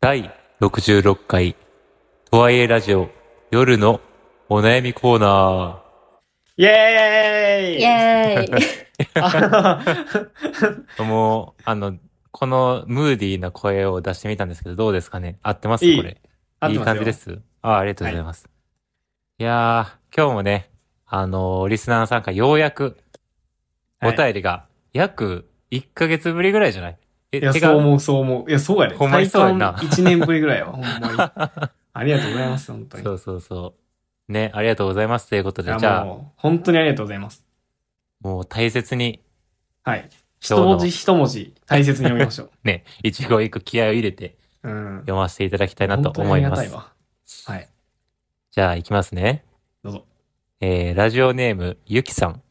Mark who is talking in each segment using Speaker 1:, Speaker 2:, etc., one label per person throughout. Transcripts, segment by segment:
Speaker 1: 第66回、とはいえラジオ、夜のお悩みコーナ
Speaker 2: イエーイ
Speaker 3: イエーイ。
Speaker 2: あ
Speaker 1: ー。もう、あの、このムーディーな声を出してみたんですけど、どうですかね合ってます
Speaker 2: いい
Speaker 1: これ。
Speaker 2: 合ってます
Speaker 1: い
Speaker 2: よ
Speaker 1: い感じです。あありがとうございます。い、やー、今日もね、あのーリスナーさんからようやく、お
Speaker 2: はい
Speaker 1: 便りが、約1ヶ月ぶりぐらいじゃないえ
Speaker 2: いや、
Speaker 1: て
Speaker 2: そう
Speaker 1: か
Speaker 2: 思う、そう思う。いや、そうやね。
Speaker 1: ほんまにそうやな
Speaker 2: 体感1年ぶりぐら いは、ほんまに。ありがとうございます、本当に。
Speaker 1: そうそうそう。ね、ありがとうございます。ということ
Speaker 2: い
Speaker 1: で、
Speaker 2: や
Speaker 1: じゃあ、
Speaker 2: もう、本当にありがとうございます。
Speaker 1: もう大切に、
Speaker 2: はい。
Speaker 1: 今日
Speaker 2: 一
Speaker 1: の
Speaker 2: 文字一文字、大切に読みましょう。
Speaker 1: ね、一語一句気合を入れて
Speaker 2: うん。
Speaker 1: 読ませていただきたいなと
Speaker 2: 本当に
Speaker 1: 思
Speaker 2: あ
Speaker 1: い
Speaker 2: りが
Speaker 1: ま
Speaker 2: たい
Speaker 1: す。
Speaker 2: わ。はい。
Speaker 1: じゃあ、いきますね。
Speaker 2: どうぞ。
Speaker 1: えーラジオネーム、ゆきさん。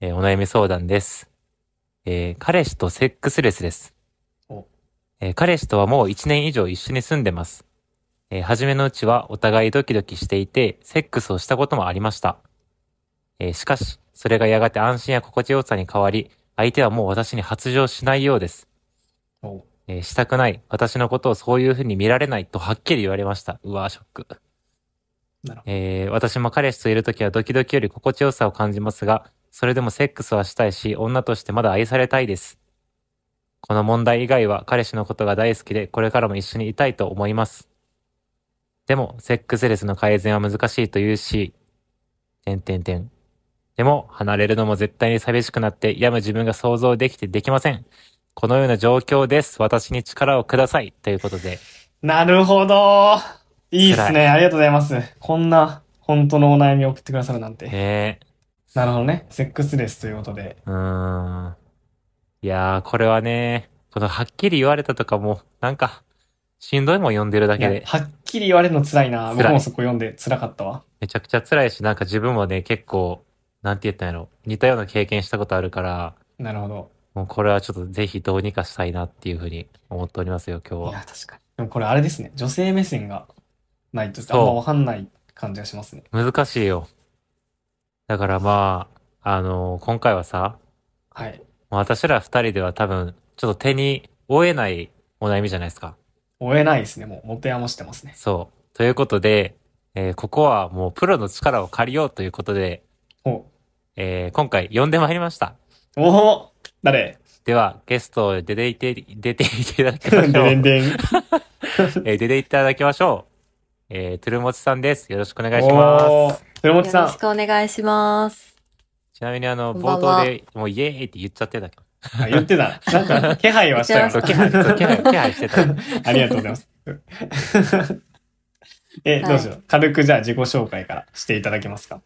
Speaker 1: えーお悩み相談です。えー彼氏とセックスレスです
Speaker 2: お。
Speaker 1: えー彼氏とはもう1年以上一緒に住んでます。えー初めのうちはお互いドキドキしていて、セックスをしたこともありました。えーしかし、それがやがて安心や心地よさに変わり、相手はもう私に発情しないようです。
Speaker 2: お
Speaker 1: えーしたくない。私のことをそういうふうに見られないとはっきり言われました。うわー、ショック。
Speaker 2: なるほ
Speaker 1: えー私も彼氏といるときはドキドキより心地よさを感じますが、それでもセックスはしたいし、女としてまだ愛されたいです。この問題以外は彼氏のことが大好きで、これからも一緒にいたいと思います。でも、セックスレスの改善は難しいと言うし、てんてんてん。でも、離れるのも絶対に寂しくなって、病む自分が想像できてできません。このような状況です。私に力をください。ということで。
Speaker 2: なるほど。いいっす
Speaker 1: 辛
Speaker 2: ね。ありがとうございます。こんな、本当のお悩みを送ってくださるなんて。
Speaker 1: ね
Speaker 2: なるほどね。セックスレスということで。
Speaker 1: うーん。いやー、これはね、このはっきり言われたとかも、なんか、しんどいもん読んでるだ
Speaker 2: い
Speaker 1: け
Speaker 2: や
Speaker 1: で、
Speaker 2: はっきり言われるの辛いな。
Speaker 1: 辛い
Speaker 2: 僕もそこ読んで辛かったわ。
Speaker 1: めちゃくちゃ辛いし、なんか自分もね、結構、なんて言ったんやろ、似たような経験したことあるから、
Speaker 2: なるほど。
Speaker 1: もうこれはちょっとぜひどうにかしたいなっていうふうに思っておりますよ、今
Speaker 2: い
Speaker 1: 日は。
Speaker 2: や、確かに。でもこれあれですね。女性目線がないと、
Speaker 1: そう
Speaker 2: あんまわかんない感じがしますね。
Speaker 1: 難しいよ。だからまあ、あのー今回はさ、
Speaker 2: はい。
Speaker 1: 私ら二人では多分、ちょっと手に負えないお悩みじゃないですか。
Speaker 2: 追えないですね。もう、持て余してますね。
Speaker 1: そう。ということで、えーここはもうプロの力を借りようということで、
Speaker 2: お
Speaker 1: えー今回呼んでまいりました。
Speaker 2: おお 誰
Speaker 1: では、ゲストを出ていて、出ていただきま
Speaker 2: で
Speaker 1: しょう。
Speaker 2: でんでん。
Speaker 1: え ー出ていただきましょう。えー、トゥルモチさんです。よろしくお願いし
Speaker 2: お
Speaker 1: ま
Speaker 2: ー
Speaker 1: す。。
Speaker 2: 豊
Speaker 3: よろ
Speaker 2: 本さん
Speaker 3: し。くお願いします。
Speaker 1: ちなみにあの、
Speaker 3: こんば
Speaker 1: 冒
Speaker 3: んは
Speaker 1: 頭で、もうイエーイって言っちゃってたけど。
Speaker 2: あ言ってた。なんか、気配は したよ。
Speaker 1: そう、気配、そう気配、気配してた。
Speaker 2: ありがとうございます。 え、どうしよう。軽くじゃあ自己紹介からしていただけますか。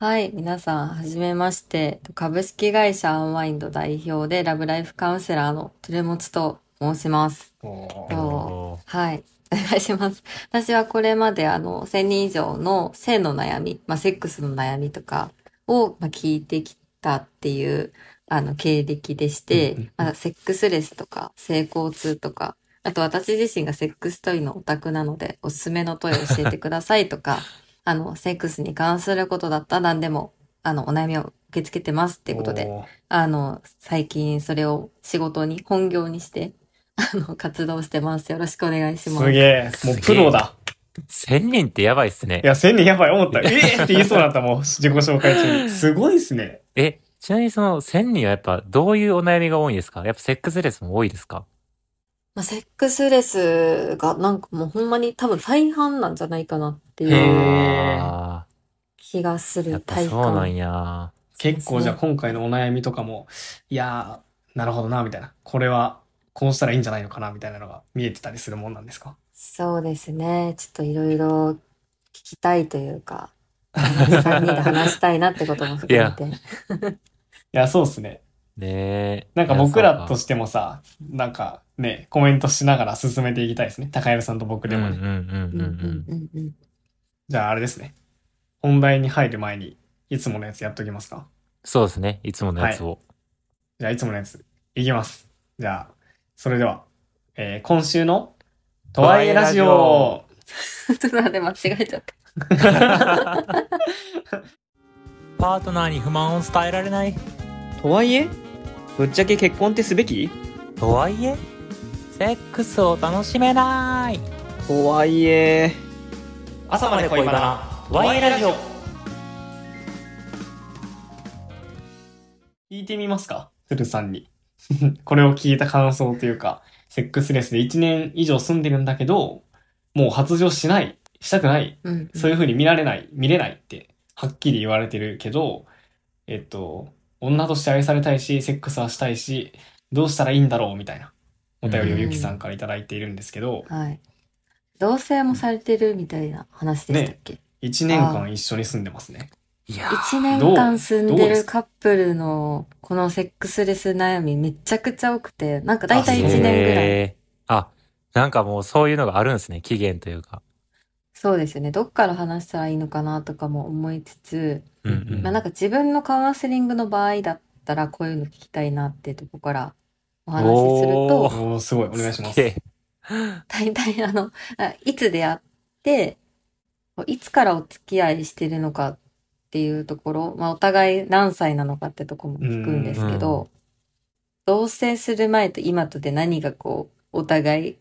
Speaker 3: はい、皆さん、はじめまして。株式会社アンワインド代表でラブライフカウンセラーのトゥレモツと申します。
Speaker 2: お
Speaker 3: そ
Speaker 2: ー
Speaker 3: う
Speaker 1: おー
Speaker 3: はい。お願いします。私はこれまであの、1000人以上の性の悩み、まあ、セックスの悩みとかを、まあ、聞いてきたっていう、あの、経歴でし
Speaker 2: うんうんうん
Speaker 3: て、まあ、セックスレスとか、性交痛とか、あと私自身がセックストイのオタクなので、おすすめのトイを教えてください とか、あの、セックスに関することだったら何でも、あの、お悩みを受け付けてますっていうことで、
Speaker 2: おー
Speaker 3: あの、最近それを仕事に、本業にして、 あの、活動してます。よろしくお願いします
Speaker 2: す。げえ。もうプロだ。
Speaker 1: 千人ってやばいっすね
Speaker 2: い。や、千人やばい思った。ええって言いそうだったもう、自己紹介中に。 すごいですね。
Speaker 1: え、ちなみにその千人はやっぱどういうお悩みが多いんですかやっぱセックスレスも多いですか
Speaker 3: まあ、セックスレスがなんかもうほんまに多分大半なんじゃないかなって
Speaker 2: へ
Speaker 3: いう
Speaker 2: ー
Speaker 1: あ
Speaker 3: 気がす
Speaker 1: ーや
Speaker 3: る
Speaker 1: っぱ
Speaker 3: 体
Speaker 1: そうなん
Speaker 3: 感。
Speaker 1: や。
Speaker 2: 結構じゃあ今回のお悩みとかも、いやー、なるほどな、みたいな。これは、こうしたらいいんじゃないのかな、みたいなのが見えてたりするもんなんですか
Speaker 3: そうですね。ちょっといろいろ聞きたいというか、3人で話したいなってことも含めて。
Speaker 2: いや、そうっすね。
Speaker 1: ねえ。
Speaker 2: なんか僕らと
Speaker 1: し
Speaker 2: してもさ、なんかね、コメントしながら進めていきたいですね。高山さんと僕
Speaker 1: て
Speaker 2: でもね。
Speaker 1: うんうんうんうん
Speaker 3: うんうんうん
Speaker 2: じゃああれですね。本題に入る前に、いつものやつやっときますか。
Speaker 1: そうですね。いつものやつを。
Speaker 2: じゃあいつものやつ、いきます。じゃあ、それでは、えー今週の、とはいえラジオ。
Speaker 3: ちょっと待って間違えちゃった。
Speaker 1: パートナーに不満を伝えられない。
Speaker 2: とはいえぶっちゃけ結婚ってすべき
Speaker 1: とはいえ、セックスを楽しめない
Speaker 4: 怖いえ
Speaker 2: 朝まで恋バナ、ワイラジオ。聞いてみますか鶴さんに。 これを聞いた感想というか、セックスレスで1年以上住んでるんだけど、もう発情しない、したくない、
Speaker 3: うん。
Speaker 2: そういう風に見られない、見れないって、はっきり言われてるけど、えっと、女として愛されたいし、セックスはしたいし、どうしたらいいんだろうみたいな、お便りをゆきさんからいただいているんですけど、
Speaker 3: はい。同棲もされてるみたいな話でしたっけ、
Speaker 2: 1年間一緒に住んでますね。
Speaker 1: いやー
Speaker 3: 一年間住んでるカップルのこのセックスレス悩みめちゃくちゃ多くて、なんか大体1年ぐらい。
Speaker 1: へーあ、なんかもうそういうのがあるんですね。期限というか。
Speaker 3: そうですよね。どっから話したらいいのかなとかも思いつつ、
Speaker 1: うんう
Speaker 3: まあ
Speaker 1: ん。
Speaker 3: なんか自分のカウンセリングの場合だったらこういうの聞きたいなっていうとこからお話しする
Speaker 1: お
Speaker 3: と、
Speaker 2: おー、すごい、お願いします
Speaker 1: げ
Speaker 2: す。
Speaker 1: え
Speaker 3: 大体あの、あいつ出会って、こういつからお付き合いしてるのかっていうところ、まあお互い何歳なのかってとこも聞くんですけ
Speaker 1: うんう
Speaker 3: ど、同棲する前と今とで何がこう、お互い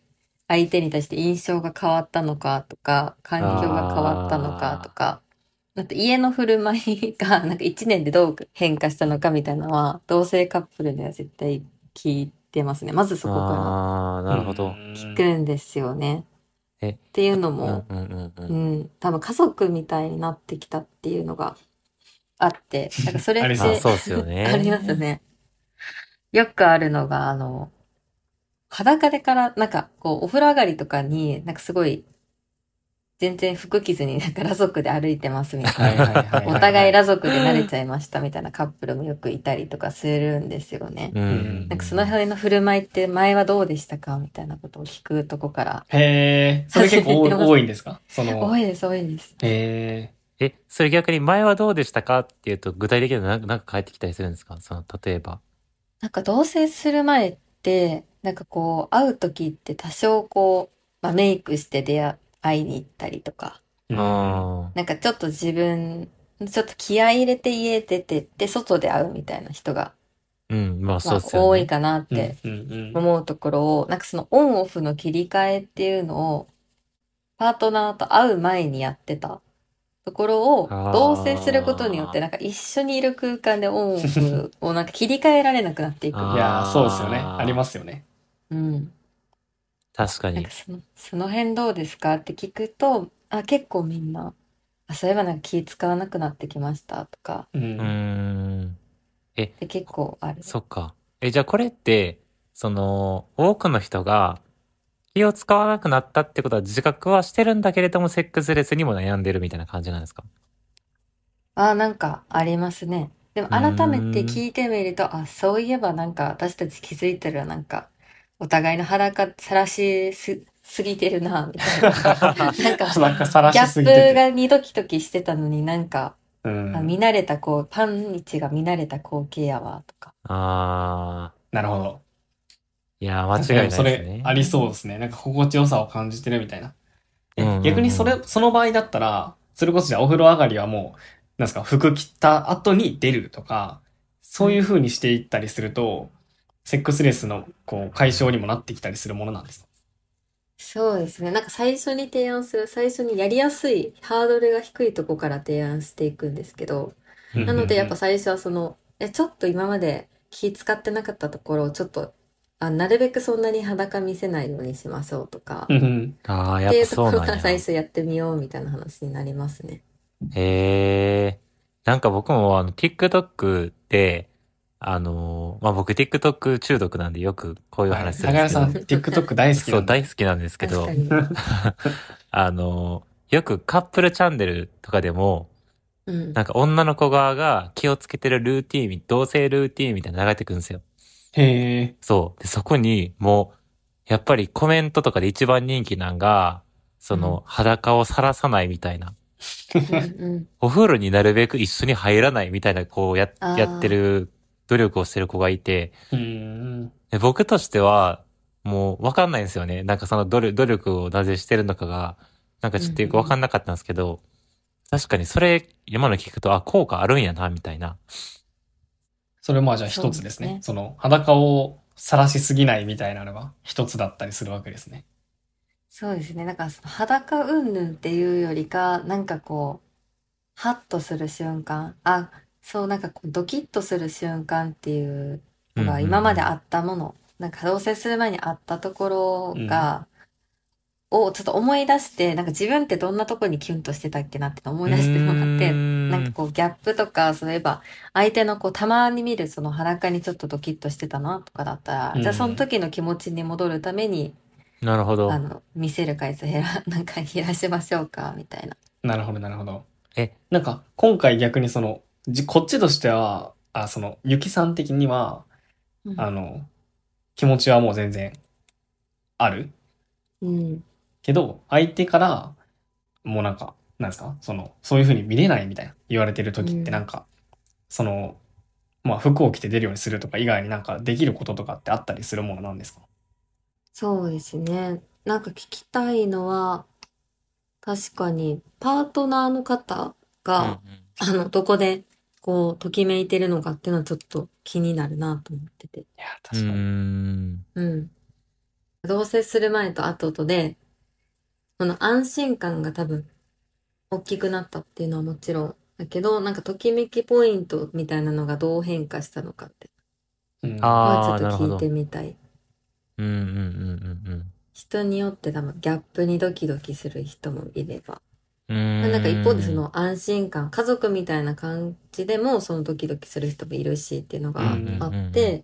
Speaker 3: 相手に対して印象が変わったのかとか、環境が変わったのかとか、あと家の振る舞いが なんか1年でどう変化したのかみたいなのは、同性カップルでは絶対聞いてますね。まずそこから。
Speaker 1: ああ、なるほど。
Speaker 2: 聞
Speaker 3: くるんですよね。
Speaker 1: え
Speaker 3: っていうの
Speaker 1: う
Speaker 3: も
Speaker 1: ん、うんうんう。
Speaker 3: うんん、多分家族みたいになってきたっていうのがあって、なんかそれ
Speaker 2: あ
Speaker 3: っ
Speaker 2: り
Speaker 3: て
Speaker 2: そ
Speaker 1: あ
Speaker 2: う
Speaker 1: そうですよね。
Speaker 3: ありますね。よくあるのが、あの、裸でから、なんか、こう、お風呂上がりとかに、なんかすごい、全然服着ずに、なんか裸族で歩いてますみたいな。
Speaker 2: はいはいはいはい。
Speaker 3: お互い
Speaker 2: ら
Speaker 3: 裸族で慣れちゃいましたみたいなカップルもよくいたりとかするんですよね。
Speaker 1: う
Speaker 2: うん
Speaker 1: ん。
Speaker 3: なんかその辺の振る舞いって前はどうでしたかみたいなことを聞くとこから、
Speaker 2: へえ、それ結構多い 多いんですかその。
Speaker 3: 多いです、多いです。
Speaker 2: へえ、
Speaker 1: え、それ逆に前はどうでしたかっていうと、具体的になんかなんか返ってきたりするんですかその、例えば。
Speaker 3: なんか同棲する前って、なんかこう、会う時って多少こう、まあ、メイクして出会会いに行ったりとか、
Speaker 2: うん
Speaker 1: あ
Speaker 3: なんかちょっと自分、ちょっと気合い入れて家出てって外で会うみたいな人が、
Speaker 1: あ。うん、まあ
Speaker 3: ま
Speaker 1: そう
Speaker 3: あ、
Speaker 1: ですよね。
Speaker 3: 多いかなっ
Speaker 2: うん
Speaker 3: て
Speaker 2: うんうん
Speaker 3: 思うところを、なんかそのオンオフの切り替えっていうのを、パートナーと会う前にやってたところを、
Speaker 1: あー
Speaker 3: 同棲することによって、なんか一緒にいる空間でオンオフをなんか切り替えられなくなっていく。
Speaker 1: あー
Speaker 2: いやー、そうですよね。
Speaker 1: あー
Speaker 2: ありますよね。
Speaker 3: うん。
Speaker 1: 確か
Speaker 3: なん
Speaker 1: に
Speaker 3: か。その、その辺どうですかって聞くと、あ、結構みんな、あ、そういえばなんか気使わなくなってきましたとか、
Speaker 2: う。
Speaker 1: うんーん。
Speaker 3: で結構ある。
Speaker 1: そっか。え、じゃあこれって、その、多くの人が気を使わなくなったってことは自覚はしてるんだけれども、セックスレスにも悩んでるみたいな感じなんですか
Speaker 3: あ、なんかありますね。でも改めて聞いてみると、あ、そういえばなんか私たち気づいてるなんか、お互いの裸さらしす、すぎてるな、みた いな。なんか、
Speaker 2: なんか晒
Speaker 3: ギ
Speaker 2: し
Speaker 3: ャッ
Speaker 2: すぎて
Speaker 3: プ
Speaker 2: て。
Speaker 3: が二ドキドキしてたのになんか、
Speaker 2: うん
Speaker 3: あ見慣れたこう、パン日が見慣れた光景やわ、とか。
Speaker 1: あー。
Speaker 2: なるほど。
Speaker 1: いやー、間違いないです
Speaker 2: そ
Speaker 1: ね
Speaker 2: れ。ありそうですね。なんか心地よさを感じてるみたいな。え
Speaker 1: うんうんうん
Speaker 2: 逆にそれ、その場合だったら、それこそじゃあお風呂上がりはもう、なんですか、服着た後に出るとか、そういう風にしていったりすると、セックスレスのこう解消にもなってきたりするものなんですか
Speaker 3: そうですね。なんか最初に提案する、最初にやりやすい、ハードルが低いとこから提案していくんですけど、
Speaker 1: うん
Speaker 3: なのでやっぱ最初はその、いやちょっと今まで気使ってなかったところをちょっと、あ、なるべくそんなに裸見せないようにしましょうとか、
Speaker 2: うんうん。
Speaker 1: ああ、
Speaker 3: っ
Speaker 1: やって
Speaker 3: いう
Speaker 1: ぱ
Speaker 3: とこ
Speaker 1: そう
Speaker 3: ろ
Speaker 1: なん
Speaker 3: か
Speaker 1: や
Speaker 3: ら。最初やってみようみたいな話になりますね。
Speaker 1: へえ。なんか僕もあの、TikTok で、あのーまあ、僕 TikTok 中毒なんでよくこういう
Speaker 2: はい
Speaker 1: 話す
Speaker 2: 高
Speaker 1: るんで
Speaker 2: 山
Speaker 1: すけど、
Speaker 2: さん、TikTok 大好き
Speaker 1: そ
Speaker 2: な
Speaker 1: うん
Speaker 2: で。
Speaker 1: 大好きなんですけど、
Speaker 3: 確かに。
Speaker 1: あのーよくカップルチャンネルとかでも、
Speaker 3: うん。
Speaker 1: なんか女の子側が気をつけてるルーティーン、同性ルーティーンみたいなの流れてくるんですよ。
Speaker 2: へえ。
Speaker 1: そう。で、そこに、もう、やっぱりコメントとかで一番人気なんが、その、裸を晒さないみたいな。
Speaker 3: うんうん
Speaker 1: お風呂になるべく一緒に入らないみたいな、こうや、
Speaker 3: あー
Speaker 1: やってる、努力をしてる子がいて、
Speaker 2: うーん。
Speaker 1: で僕としては、もうわかんないんですよね。なんかその努力努力をなぜしてるのかが、なんかちょっとよくわかんなかったんですけど、確かにそれ、今の聞くと、あ、効果あるんやな、みたいな。
Speaker 2: それもじゃあ一つですね。
Speaker 3: そうですね
Speaker 2: その、裸を晒しすぎないみたいなのが一つだったりするわけですね。
Speaker 3: そうですね。なんかその裸云々っていうよりか、なんかこう、ハッとする瞬間、あ、そう、なんかこうドキッとする瞬間っていうのが今まであったもの、なんか同棲する前にあったところが、をちょっと思い出して、なんか自分ってどんなとこにキュンとしてたっけなって思い出してもらって、なんかこうギャップとか、そういえば相手のこうたまに見るその裸にちょっとドキッとしてたなとかだったら、じゃあその時の気持ちに戻るために、
Speaker 1: なるほど
Speaker 3: あ。の、見せる回数減ら、なんか減らしましょうか、みたいな。
Speaker 2: なるほど、なるほど。
Speaker 1: え、
Speaker 2: なんか、今回逆にその、じ、こっちとしては、あ、その、ゆきさん的には、
Speaker 3: うん
Speaker 2: あの、気持ちはもう全然、ある
Speaker 3: うん。
Speaker 2: けど、相手から、もうなんか、なんですかその、そういう風に見れないみたいな言われてる時っ
Speaker 3: う
Speaker 2: て
Speaker 3: ん
Speaker 2: なんか、その、まあ、服を着て出るようにするとか以外になんかできることとかってあったりするものなんですか
Speaker 3: そうですね。なんか聞きたいのは、確かに、パートナーの方が、
Speaker 1: うんうん
Speaker 3: あの、どこで、こう、ときめいてるのかっていうのはちょっと気になるなと思ってて。
Speaker 2: いや、
Speaker 1: うー
Speaker 2: 確かに。
Speaker 1: ん。
Speaker 3: うん。同棲する前と後とで、その安心感が多分、大きくなったっていうのはもちろん、だけど、なんかときめきポイントみたいなのがどう変化したのかって。
Speaker 2: うん
Speaker 1: あ
Speaker 3: は
Speaker 1: あ、
Speaker 3: ちょ
Speaker 1: な
Speaker 3: っと
Speaker 1: るほど
Speaker 3: 聞い。てみたい。
Speaker 1: うんうんうんうん
Speaker 3: 人によって多分ギャップにドキドキする人もいれば。
Speaker 1: うん。うーん。
Speaker 3: なんか一方でその安心感、家族みたいな感じでもそのドキドキする人もいるしっていうのが
Speaker 2: うん
Speaker 3: あっ
Speaker 1: うんうんうん
Speaker 3: て、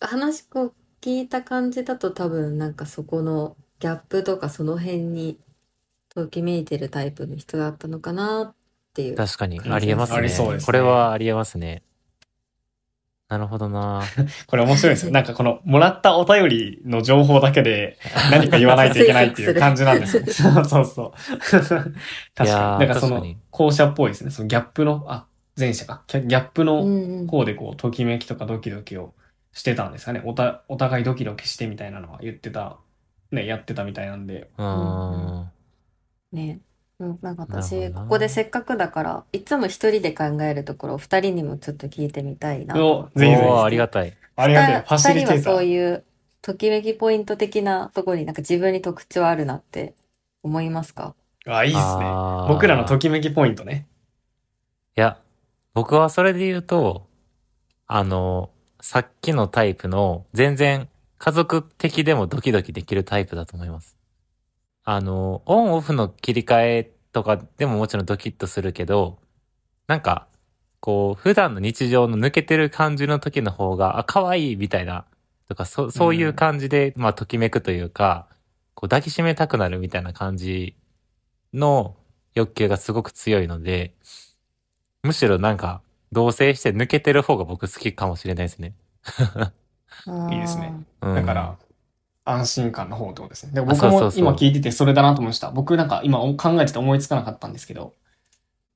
Speaker 3: 話を聞いた感じだと多分なんかそこのギャップとかその辺にときめいてるタイプの人だったのかなっていう。
Speaker 1: 確かに、ありえますね。
Speaker 2: ありそうですね
Speaker 1: これはありえますね。なるほどな。
Speaker 2: これ面白い ですよ。なんかこの、もらったお便りの情報だけで何か言わないといけないっていう感じなん ですよ。そう そうそう。確か
Speaker 1: い
Speaker 2: に。
Speaker 1: やー
Speaker 2: なんかそ
Speaker 1: 確
Speaker 2: の
Speaker 1: かに、
Speaker 2: 後者っぽいですね。そのギャップの、あ、前者か。ギャギャップ
Speaker 3: うん
Speaker 2: の
Speaker 3: うん。
Speaker 2: 方でこう、ときめきとかドキドキをしてたんですかね。おた、お互いドキドキしてみたいなのは言ってた、ね、やってたみたいなんで。
Speaker 1: う
Speaker 3: うん
Speaker 1: ん。
Speaker 3: ねうん、なんか
Speaker 1: なる
Speaker 3: 私、
Speaker 1: ほど
Speaker 3: こ
Speaker 1: な
Speaker 3: こでせっかくだから、いつも一人で考えるところを二人にもちょっと聞いてみたいな。
Speaker 2: お、
Speaker 1: お
Speaker 2: ぜひぜ
Speaker 1: ー
Speaker 2: ひ。
Speaker 1: ありがたい。
Speaker 2: ありがたい。ファシ
Speaker 3: 二
Speaker 2: リ
Speaker 3: 人
Speaker 2: テ
Speaker 3: は
Speaker 2: ータ
Speaker 3: そう
Speaker 2: ー。
Speaker 3: いう、ときめきポイント的なところになんか自分に特徴あるなって思いますか
Speaker 2: あ、いいですね。
Speaker 1: あー
Speaker 2: 僕らのときめきポイントね。
Speaker 1: いや、僕はそれで言うと、あの、さっきのタイプの、全然家族的でもドキドキできるタイプだと思います。あの、オンオフの切り替えとかでももちろんドキッとするけど、なんか、こう、普段の日常の抜けてる感じの時の方が、あ、可愛いみたいな、とか、そ、そういう感じで、まあ、ときめくというか、こう、抱きしめたくなるみたいな感じの欲求がすごく強いので、むしろなんか、同棲して抜けてる方が僕好きかもしれないですね。
Speaker 2: いいですね。
Speaker 1: うん、
Speaker 2: だから、安心感の方ってことですね。で
Speaker 1: あ
Speaker 2: 僕
Speaker 1: そうそ
Speaker 2: も
Speaker 1: うそう
Speaker 2: 今聞いててそれだなと思いました。僕なんか今考えてて思いつかなかったんですけど、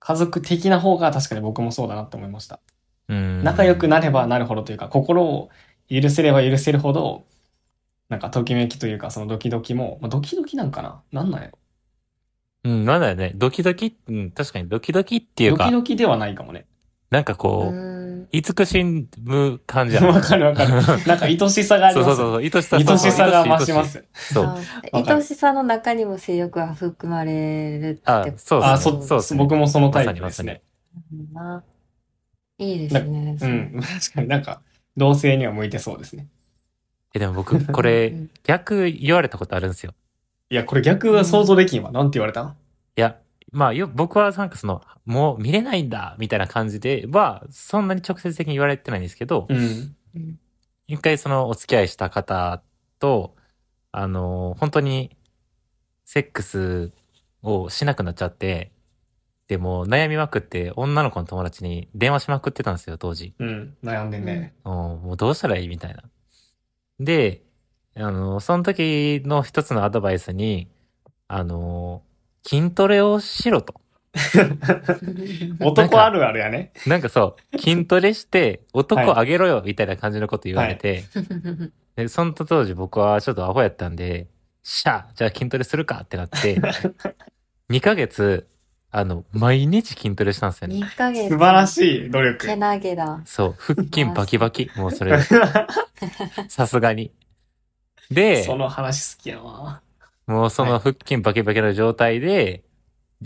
Speaker 2: 家族的な方が確かに僕もそうだなって思いました。
Speaker 1: うん、
Speaker 2: 仲良くなればなるほどというか、心を許せれば許せるほど、なんかときめきというか、そのドキドキも、まあ、ドキドキなんかななんなんやろ
Speaker 1: うん、なんだよね。ドキドキ、うん、確かにドキドキっていう
Speaker 2: ド
Speaker 1: か、
Speaker 2: キドキではないかもね。
Speaker 1: なんか
Speaker 3: う
Speaker 1: こう、
Speaker 3: ん。
Speaker 1: 慈しむ感じや
Speaker 2: わかるわかる。なんか愛しさがあり
Speaker 1: そう
Speaker 2: ます
Speaker 1: そ
Speaker 2: よ
Speaker 1: うそう、愛しさ
Speaker 2: 愛しさが増しま。
Speaker 1: そう
Speaker 2: す。
Speaker 1: そう愛し愛しそう。
Speaker 3: あ愛しさの中にも性欲が含まれるって
Speaker 1: あ
Speaker 3: こと
Speaker 1: そう
Speaker 2: あ、
Speaker 1: ですね
Speaker 2: そ、
Speaker 1: そうですね
Speaker 2: 僕もそのタイプ
Speaker 1: ま
Speaker 2: で
Speaker 1: さ
Speaker 2: す
Speaker 1: にまさに。
Speaker 2: ね
Speaker 3: なんだないいですね。
Speaker 2: う
Speaker 3: それ
Speaker 2: ん、確かになんか、同性には向いてそうですね。
Speaker 1: え、でも僕、これ
Speaker 3: う、ん
Speaker 1: 逆言われたことあるんですよ。
Speaker 2: いや、これ逆は想像できんわ。なんて言われた
Speaker 1: いや、まあよ、僕はなんかその、もう見れないんだ、みたいな感じでは、そんなに直接的に言われてないんですけど、
Speaker 2: うん。
Speaker 1: 一回そのお付き合いした方と、あの、本当に、セックスをしなくなっちゃって、でもう悩みまくって、女の子の友達に電話しまくってたんですよ、当時。
Speaker 2: うん。悩んでんね。
Speaker 1: うんもうどうしたらいいみたいな。で、あの、その時の一つのアドバイスに、あの、筋トレをしろと。
Speaker 2: 男あるあるやね。
Speaker 1: なんかそう、筋トレして男あげろよみたいな感じのこと言われて、で、その当時僕はちょっとアホやったんで、しゃあじゃあ筋トレするかってなって、2ヶ月、あの、毎日筋トレしたんですよね。
Speaker 3: 2ヶ月。
Speaker 2: 素晴らしい努力
Speaker 3: け。なげだ。
Speaker 1: そう、腹筋バキバキ。もう それ、さすがに。で、
Speaker 2: その話好きやわ。
Speaker 1: もうそ
Speaker 2: は
Speaker 1: の
Speaker 2: い
Speaker 1: 腹筋バキバキの状態で、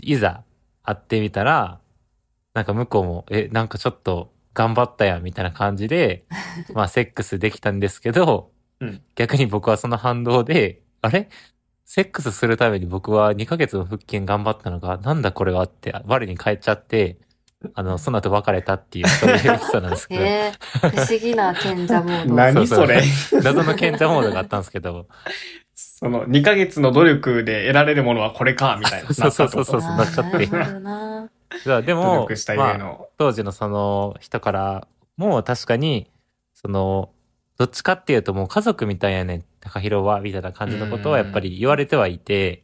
Speaker 1: いざ会ってみたら、なんか向こうも、え、なんかちょっと頑張ったやんみたいな感じ で、まあセックスできたんですけど、
Speaker 2: うん
Speaker 1: 逆に僕はその反動で、あれセックスするために僕は2ヶ月の腹筋頑張ったのが、なんだこれはって、我に返っちゃって、あの、その後別れたっていう、そういうエピソードなん ですけど。
Speaker 3: えー、不思議な賢者モード。
Speaker 2: 何それ。
Speaker 1: 謎の賢者モードがあったんですけ ど、
Speaker 2: その2ヶ月の努力で得られるものはこれか、みたい な。
Speaker 1: そうそうそうそう
Speaker 2: なったっ
Speaker 1: なっ
Speaker 2: てこと
Speaker 1: ちゃって
Speaker 3: あーなるほどな。
Speaker 1: まあで
Speaker 2: 努
Speaker 1: も
Speaker 2: 力した、
Speaker 1: ま
Speaker 2: 家
Speaker 1: あ、
Speaker 2: の。
Speaker 1: 当時のその人からも確かに、その、どっちかっていうともう家族みたいやねん、高弘は、みたいな感じのことはやっぱり言われてはいて、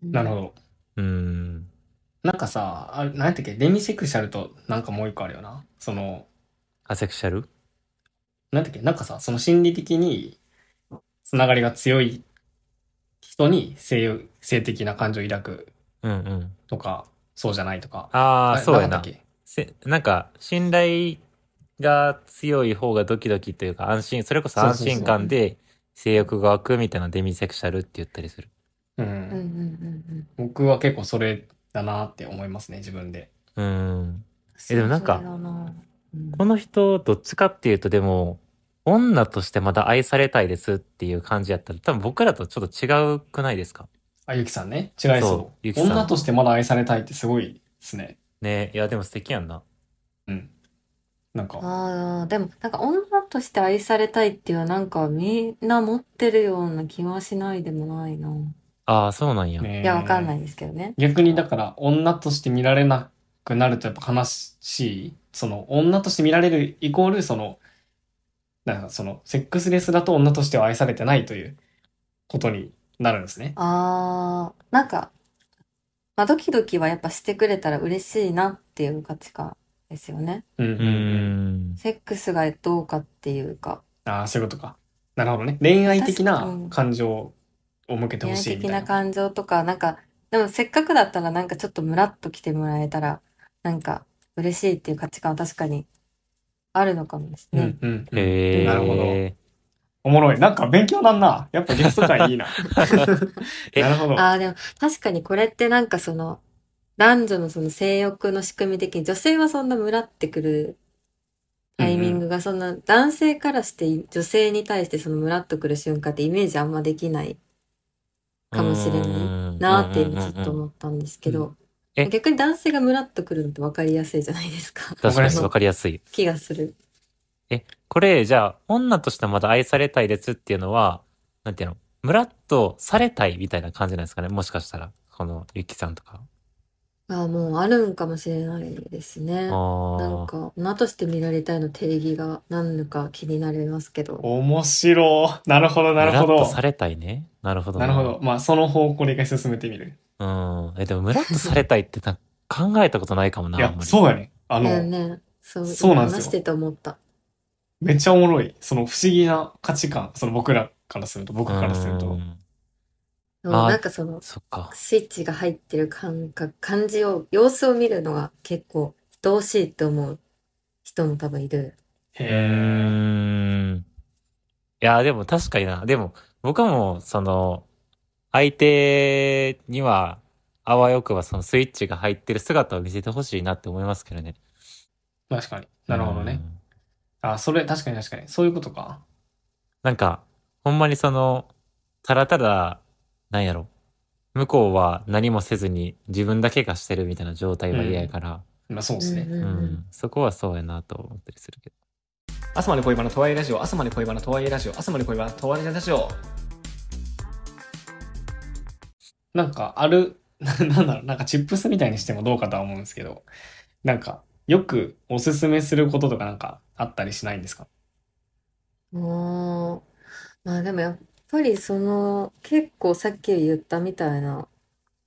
Speaker 2: なるほ
Speaker 3: ど。
Speaker 2: ど。
Speaker 1: うん、
Speaker 2: なんかさ、あれ、なんやったっけデミセクシャルとなんかもう一個あるよな。その、
Speaker 1: アセクシャル
Speaker 2: なんだっけなんかさ、その心理的につながりが強い人に性、性的な感情を抱く
Speaker 1: うんうん。
Speaker 2: とか、そうじゃないとか。
Speaker 1: ああ、
Speaker 2: れ
Speaker 1: そうや
Speaker 2: かっ
Speaker 1: な
Speaker 2: たっ。け
Speaker 1: せなんか、信頼が強い方がドキドキというか安心、それこそ安心感で性欲が湧くみたいなデミセクシャルって言ったりする。
Speaker 2: う
Speaker 3: うんうん
Speaker 2: ん。
Speaker 3: うんうん。
Speaker 2: 僕は結構それだなって思いますね、自分で。
Speaker 1: うん。えでもなんか
Speaker 3: そうだなうん
Speaker 1: この人、どっちかっていうと、でも、女としてまだ愛されたいですっていう感じやったら、多分僕らとちょっと違うくないですか
Speaker 2: あ、ゆきさんね。違いそう。
Speaker 1: そうゆきさん
Speaker 2: 女としてまだ愛されたいってすごいですね。
Speaker 1: ねいや、でも素敵やんな。
Speaker 2: うん。なんか、
Speaker 3: ああ、でも、なんか女として愛されたいっていう、なんかみんな持ってるような気はしないでもないな。
Speaker 1: ああ、そうなんや。
Speaker 2: ね。
Speaker 3: いや、わかんないいですけどね。
Speaker 2: 逆にだから、女として見られなくなるとやっぱ悲しい。その、女として見られるイコール、その、なんかその、セックスレスだと女としては愛されてないということになるんですね。
Speaker 3: ああ、なんか、まあ、ドキドキはやっぱしてくれたら嬉しいなっていう価値観ですよね。
Speaker 2: うんう
Speaker 1: うんー
Speaker 2: うん。
Speaker 1: ん。
Speaker 3: セックスがどうかっていうか、
Speaker 2: ああ、そういうことか。なるほどね。恋愛的な
Speaker 3: 確かに
Speaker 2: 感情を向けて
Speaker 3: 恋
Speaker 2: ほ
Speaker 3: 愛
Speaker 2: しいみ
Speaker 3: 的
Speaker 2: たい
Speaker 3: な
Speaker 2: な。
Speaker 3: 感情とか、なんか、でもせっかくだったらなんかちょっとムラっと来てもらえたら、なんか嬉しいっていう価値観は確かにあるのかもです
Speaker 2: うん
Speaker 3: ね。
Speaker 2: うんうん。
Speaker 1: へえ。
Speaker 2: なるほどおもろい。なんか勉強なんな。やっぱゲスト会いいな。
Speaker 1: え
Speaker 2: なるほど。
Speaker 3: ああ、でも確かにこれってなんかその、男女のその性欲の仕組み的に、女性はそんなムラってくるタイミングが、そんな男性からして女性に対してそのムラっとくる瞬間ってイメージあんまできないかもしれないなーって今ちょ
Speaker 1: う
Speaker 3: っと
Speaker 1: んうんうんうん
Speaker 3: 思ったんですけ
Speaker 2: うん
Speaker 3: ど、
Speaker 1: え
Speaker 3: 逆に男性がムラっとくるのって分かりやすいじゃないですか。
Speaker 1: 確かに
Speaker 3: そう
Speaker 1: わかりやすい。
Speaker 3: 気がする。
Speaker 1: これ、じゃあ、女としてまだ愛されたいですっていうのは、なんていうのムラっとされたいみたいな感じなんですかねもしかしたら。この、ゆきさんとか。
Speaker 3: ああ、もうあるんかもしれないですね。なん
Speaker 1: ああ。
Speaker 3: か、女として見られたいの定義が何のか気になりますけど。
Speaker 2: 面白い。なるほど、なるほ
Speaker 1: ムラっ
Speaker 2: ど
Speaker 1: と。されたいね。なるほど
Speaker 2: なるほど。まあ、その方向で一回進めてみる。
Speaker 1: うん。え、でも、ムラッとされたいってな考えたことないかもな、
Speaker 2: い
Speaker 1: あん
Speaker 2: や
Speaker 1: ま、り。
Speaker 2: そうやね。あ
Speaker 3: だよ
Speaker 2: の、
Speaker 3: ね。そう、
Speaker 2: そうなんですよ
Speaker 3: 話してて思った。
Speaker 2: めっちゃおもろい。その不思議な価値観。その僕らからすると、僕からする
Speaker 1: う
Speaker 2: と。
Speaker 1: ん
Speaker 3: そう
Speaker 1: あー
Speaker 3: なんかその、
Speaker 1: そっか。
Speaker 3: スイッチが入ってる感覚、感じを、様子を見るのが結構、愛おしいって思う人も多分いる。
Speaker 1: う
Speaker 2: へえ。
Speaker 1: ーん。いや、でも確かにな。でも、僕はもう、その、相手には、あわよくはそのスイッチが入ってる姿を見せてほしいなって思いますけどね。
Speaker 2: 確かに。なるほど
Speaker 1: う
Speaker 2: ね。
Speaker 1: ん。
Speaker 2: あ、それ、確かに確かに。そういうことか。
Speaker 1: なんか、ほんまにその、たらただ、なんやろ。向こうは何もせずに自分だけがしてるみたいな状態は嫌やから、
Speaker 2: まあ、そうです
Speaker 3: う
Speaker 2: ね。
Speaker 3: ん
Speaker 1: う、
Speaker 3: うんうんん
Speaker 1: そこはそうやなと思ったりするけど。
Speaker 4: 朝まで恋バナとはいえラジオ、朝まで恋バナとはいえラジオ、朝まで恋バナとはいえラジオ。
Speaker 2: なんか、ある、 ななんだろう、なんかチップスみたいにしてもどうかとは思うんですけど、なんか、よくおすすめすることとかなんかあったりしないんですか
Speaker 3: もう、まあでもやっぱりその、結構さっき言ったみたいな、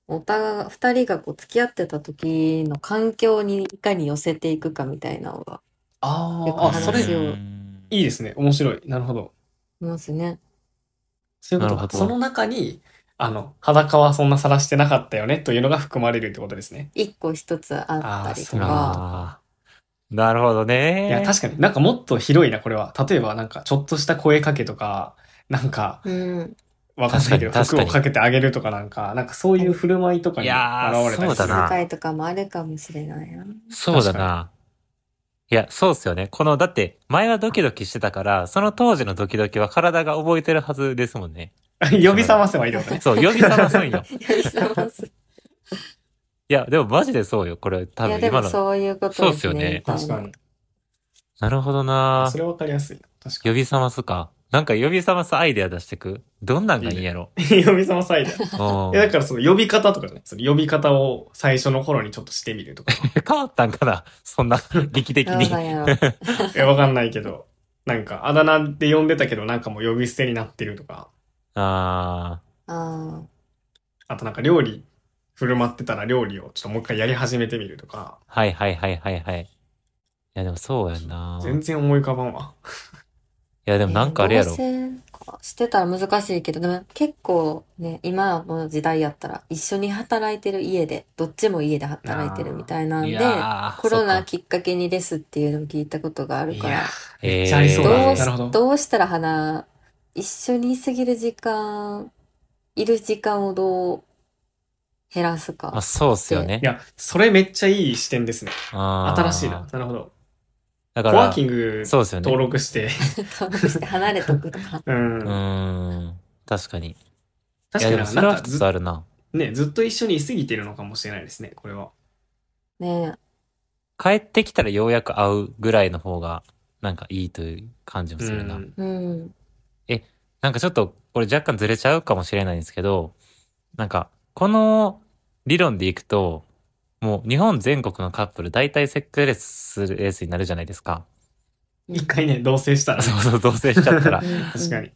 Speaker 3: お互い、二人がこう付き合ってた時の環境にいかに寄せていくかみたいなのが、
Speaker 2: あ
Speaker 3: よく
Speaker 2: ーあ、
Speaker 3: 話
Speaker 2: それ、
Speaker 3: すよ
Speaker 1: うん
Speaker 2: いいですね。面白い。なるほど。
Speaker 3: いますね。
Speaker 2: そういうこと
Speaker 1: なる
Speaker 2: か。
Speaker 1: ほど
Speaker 2: その中に、あの、裸はそんな晒してなかったよねというのが含まれるってことですね。
Speaker 3: 一個一つあったりと
Speaker 2: あ
Speaker 3: か、
Speaker 1: あーなるほどね。
Speaker 2: いや、確かになんかもっと広いな、これは。例えばなんかちょっとした声かけとか、なんか
Speaker 3: うん、
Speaker 2: わかんないけど、
Speaker 1: 確か
Speaker 2: 服
Speaker 1: に
Speaker 2: をかけてあげるとかなんか、なんかそういう振る舞いとかに
Speaker 1: い
Speaker 2: 現
Speaker 1: やー
Speaker 2: れたり
Speaker 1: そうだ
Speaker 2: す
Speaker 1: な
Speaker 2: る。
Speaker 3: 気遣いとかもあるかもしれないな。
Speaker 1: そうだ
Speaker 2: 確
Speaker 1: な。いや、そうっすよね。この、だって、前はドキドキしてたから、その当時のドキドキは体が覚えてるはずですもんね。
Speaker 2: 呼び覚ませばいいってことね。
Speaker 1: そう、呼び覚ますんよ。
Speaker 3: い
Speaker 1: いや、でもマジでそうよ。これ、多
Speaker 3: や、
Speaker 1: 分
Speaker 3: で
Speaker 1: 今
Speaker 3: も
Speaker 1: の。
Speaker 3: そういうことですね。
Speaker 1: そ
Speaker 2: 確かに。
Speaker 1: なるほどな
Speaker 2: それはわかりやすいな。確か
Speaker 1: 呼び覚ますか。なんか呼び覚ますアイデア出してく。どんなんがいいんやろ。
Speaker 2: に。 呼び覚まさいだ。
Speaker 1: うん
Speaker 2: え、だからその呼び方とかね、その呼び方を最初の頃にちょっとしてみると か。
Speaker 1: 変わったんかなそ んな、劇的
Speaker 3: どう
Speaker 1: に。
Speaker 3: なんやろう。
Speaker 2: え、わかんないけど、なんかあだ名で呼んでたけどなんかもう呼び捨てになってるとか、
Speaker 1: あ
Speaker 3: あー
Speaker 2: あとなんか料理振る舞ってたら料理をちょっともう一回やり始めてみるとか、
Speaker 1: ー、はいはいはいはいはい。いや、でもそうやんな
Speaker 2: 全然思い浮かばんわ。
Speaker 1: いや、でもなんかあれやろ。
Speaker 3: えー同棲かしてたら難しいけど、でも結構ね、今の時代やったら、一緒に働いてる家で、どっちも家で働いてるみたいなん
Speaker 1: い
Speaker 3: で、
Speaker 1: やー
Speaker 3: コロ
Speaker 1: そっ
Speaker 3: ナ
Speaker 1: か
Speaker 3: きっかけにですっていうのを聞いたことがある
Speaker 2: い
Speaker 3: か
Speaker 2: や
Speaker 3: ら、
Speaker 2: ー、めっちゃありそうだ
Speaker 1: え
Speaker 2: ね。
Speaker 1: ー
Speaker 2: なるほど。
Speaker 3: どうしたら花、一緒に過ぎる時間、いる時間をどう減らす
Speaker 1: まあ、
Speaker 3: か。
Speaker 1: そうっすよね
Speaker 2: い。や、それめっちゃいい視点ですね。
Speaker 1: 新
Speaker 2: 新しいな。。なるほど。
Speaker 1: だ
Speaker 2: コ
Speaker 1: か
Speaker 2: ワー
Speaker 1: ら
Speaker 2: キ、ング
Speaker 1: そうですよね。
Speaker 2: 登 録して、
Speaker 3: 登録して離れとくとか。
Speaker 2: う。
Speaker 1: うんーん。確かに。い
Speaker 2: 確
Speaker 1: や、
Speaker 2: か
Speaker 1: でも
Speaker 2: にな
Speaker 1: それ
Speaker 2: な
Speaker 1: は
Speaker 2: んか
Speaker 1: 一
Speaker 2: ず
Speaker 1: つあるな。
Speaker 2: ね、ずっと一緒にいすぎてるのかもしれないですね、これは。
Speaker 3: ね
Speaker 1: 帰ってきたらようやく会うぐらいの方が、なんかいいという感じもするな。
Speaker 2: うん
Speaker 3: え。うん。
Speaker 1: なんかちょっと、これ若干ずれちゃうかもしれないんですけど、なんか、この理論でいくと、もう日本全国のカップル大体セックレスレースになるじゃないですか。
Speaker 2: 一回ね、同棲したら。
Speaker 1: そうそう、同棲しちゃ ったら。
Speaker 2: 確かに。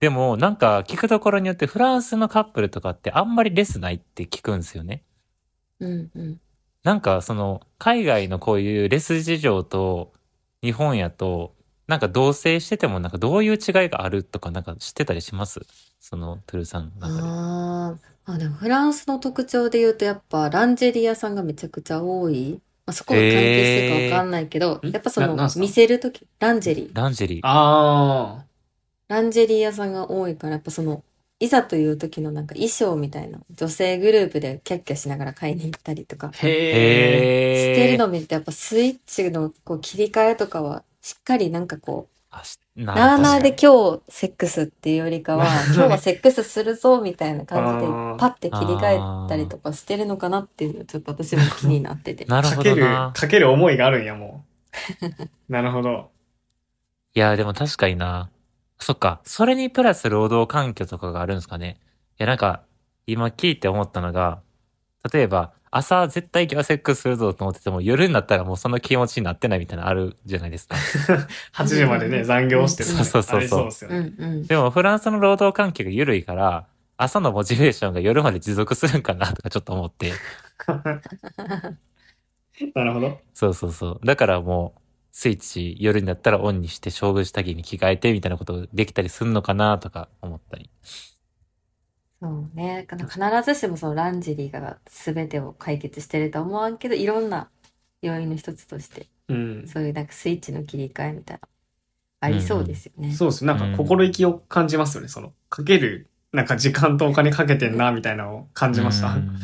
Speaker 1: でも、なんか聞くところによってフランスのカップルとかってあんまりレスないって聞くんですよね。
Speaker 3: うんうん。
Speaker 1: なんかその海外のこういうレス事情と日本やとなんか同棲しててもなんかどういう違いがあるとかなんか知ってたりしますそのトゥルーさんの中で。
Speaker 3: あーあ、でもフランスの特徴で言うとやっぱランジェリー屋さんがめちゃくちゃ多い。まあ、そこが関係してるかわかんないけど、
Speaker 2: へーん
Speaker 3: やっぱそ
Speaker 2: な
Speaker 3: の
Speaker 2: なんすか
Speaker 3: 見せるとき、ランジェリー。
Speaker 1: ランジェリー。
Speaker 2: あ
Speaker 3: ランジェリー屋さんが多いから、やっぱその、いざという時のなんか衣装みたいな、女性グループでキャッキャしながら買いに行ったりとか、
Speaker 2: ー。へー。
Speaker 3: し
Speaker 1: へ
Speaker 3: てる
Speaker 1: ー。
Speaker 3: の見るとやっぱスイッチのこう切り替えとかは、しっかりなんかこ
Speaker 1: あし
Speaker 3: う、
Speaker 1: な
Speaker 3: なあな
Speaker 1: 確
Speaker 3: あ
Speaker 1: か
Speaker 3: で
Speaker 1: に
Speaker 3: 今日セックスっていうよりかは、今日はセックスするぞみたいな感じで
Speaker 2: あー、
Speaker 3: パッて切り替えたりとかしてるのかなっていうのちょっと私も気になってて。
Speaker 1: なる
Speaker 2: か
Speaker 1: ほ
Speaker 2: け
Speaker 1: ど
Speaker 2: る、
Speaker 1: な
Speaker 2: か。ける思いがあるんや、も う。なるほど。
Speaker 1: いや、でも確かにな。そっか。それにプラス労働環境とかがあるんですかね。いや、なんか、今聞いて思ったのが、例えば、朝絶対今日はセックスするぞと思ってても、夜になったらもうその気持ちになってないみたいなのあるじゃない ですか。
Speaker 2: 8時までね、残業してるとかね
Speaker 1: そうそうそうそう
Speaker 2: ありですよ
Speaker 3: う
Speaker 2: ね。
Speaker 3: んうん。
Speaker 1: でも、フランスの労働環境が緩いから、朝のモチベーションが夜まで持続するんかなとかちょっと思って。
Speaker 2: なるほど。
Speaker 1: そうそうそう。だからもう、スイッチ夜になったらオンにして、勝負下着に着替えてみたいなことできたりすんのかなとか思ったり。
Speaker 3: そうね。必ずしもそのランジェリーが全てを解決してるとは思わんけど、いろんな要因の一つとして、
Speaker 2: うん。
Speaker 3: そういうなんかスイッチの切り替えみたいな、ありそうですよね。
Speaker 2: そうですね。なんか心意気を感じますよね。その、かける、なんか時間とお金かけてんな、みたいなのを感じました
Speaker 1: う。ん。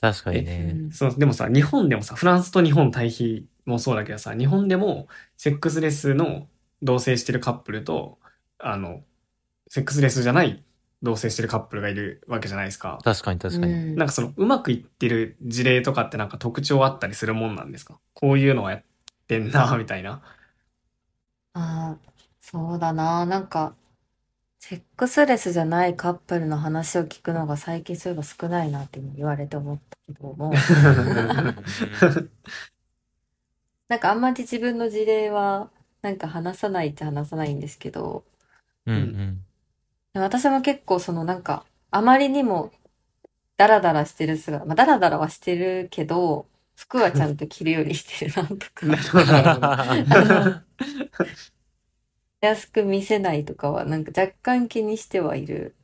Speaker 1: 確かにね。
Speaker 2: そう、でもさ、日本でもさ、フランスと日本対比もそうだけどさ、日本でも、セックスレスの同棲してるカップルと、あの、セックスレスじゃない同棲してるカップルがいるわけじゃないですか。
Speaker 1: 確かに確かに。
Speaker 3: うん
Speaker 2: なんかその、うまくいってる事例とかってなんか特徴あったりするもんなんですかこういうのはやってんな、 みたいな。
Speaker 3: ああ、そうだな。なんか、セックスレスじゃないカップルの話を聞くのが最近そういえば少ないなって今言われて思ったけども、なんかあんまり自分の事例は、なんか話さないっちゃ話さないんですけど、
Speaker 1: うんうん。
Speaker 3: でも私も結構そのなんか、あまりにもダラダラしてる姿、まあダラダラはしてるけど、服はちゃんと着るようにしてるなとか、安く見せないとかはなんか若干気にしてはいる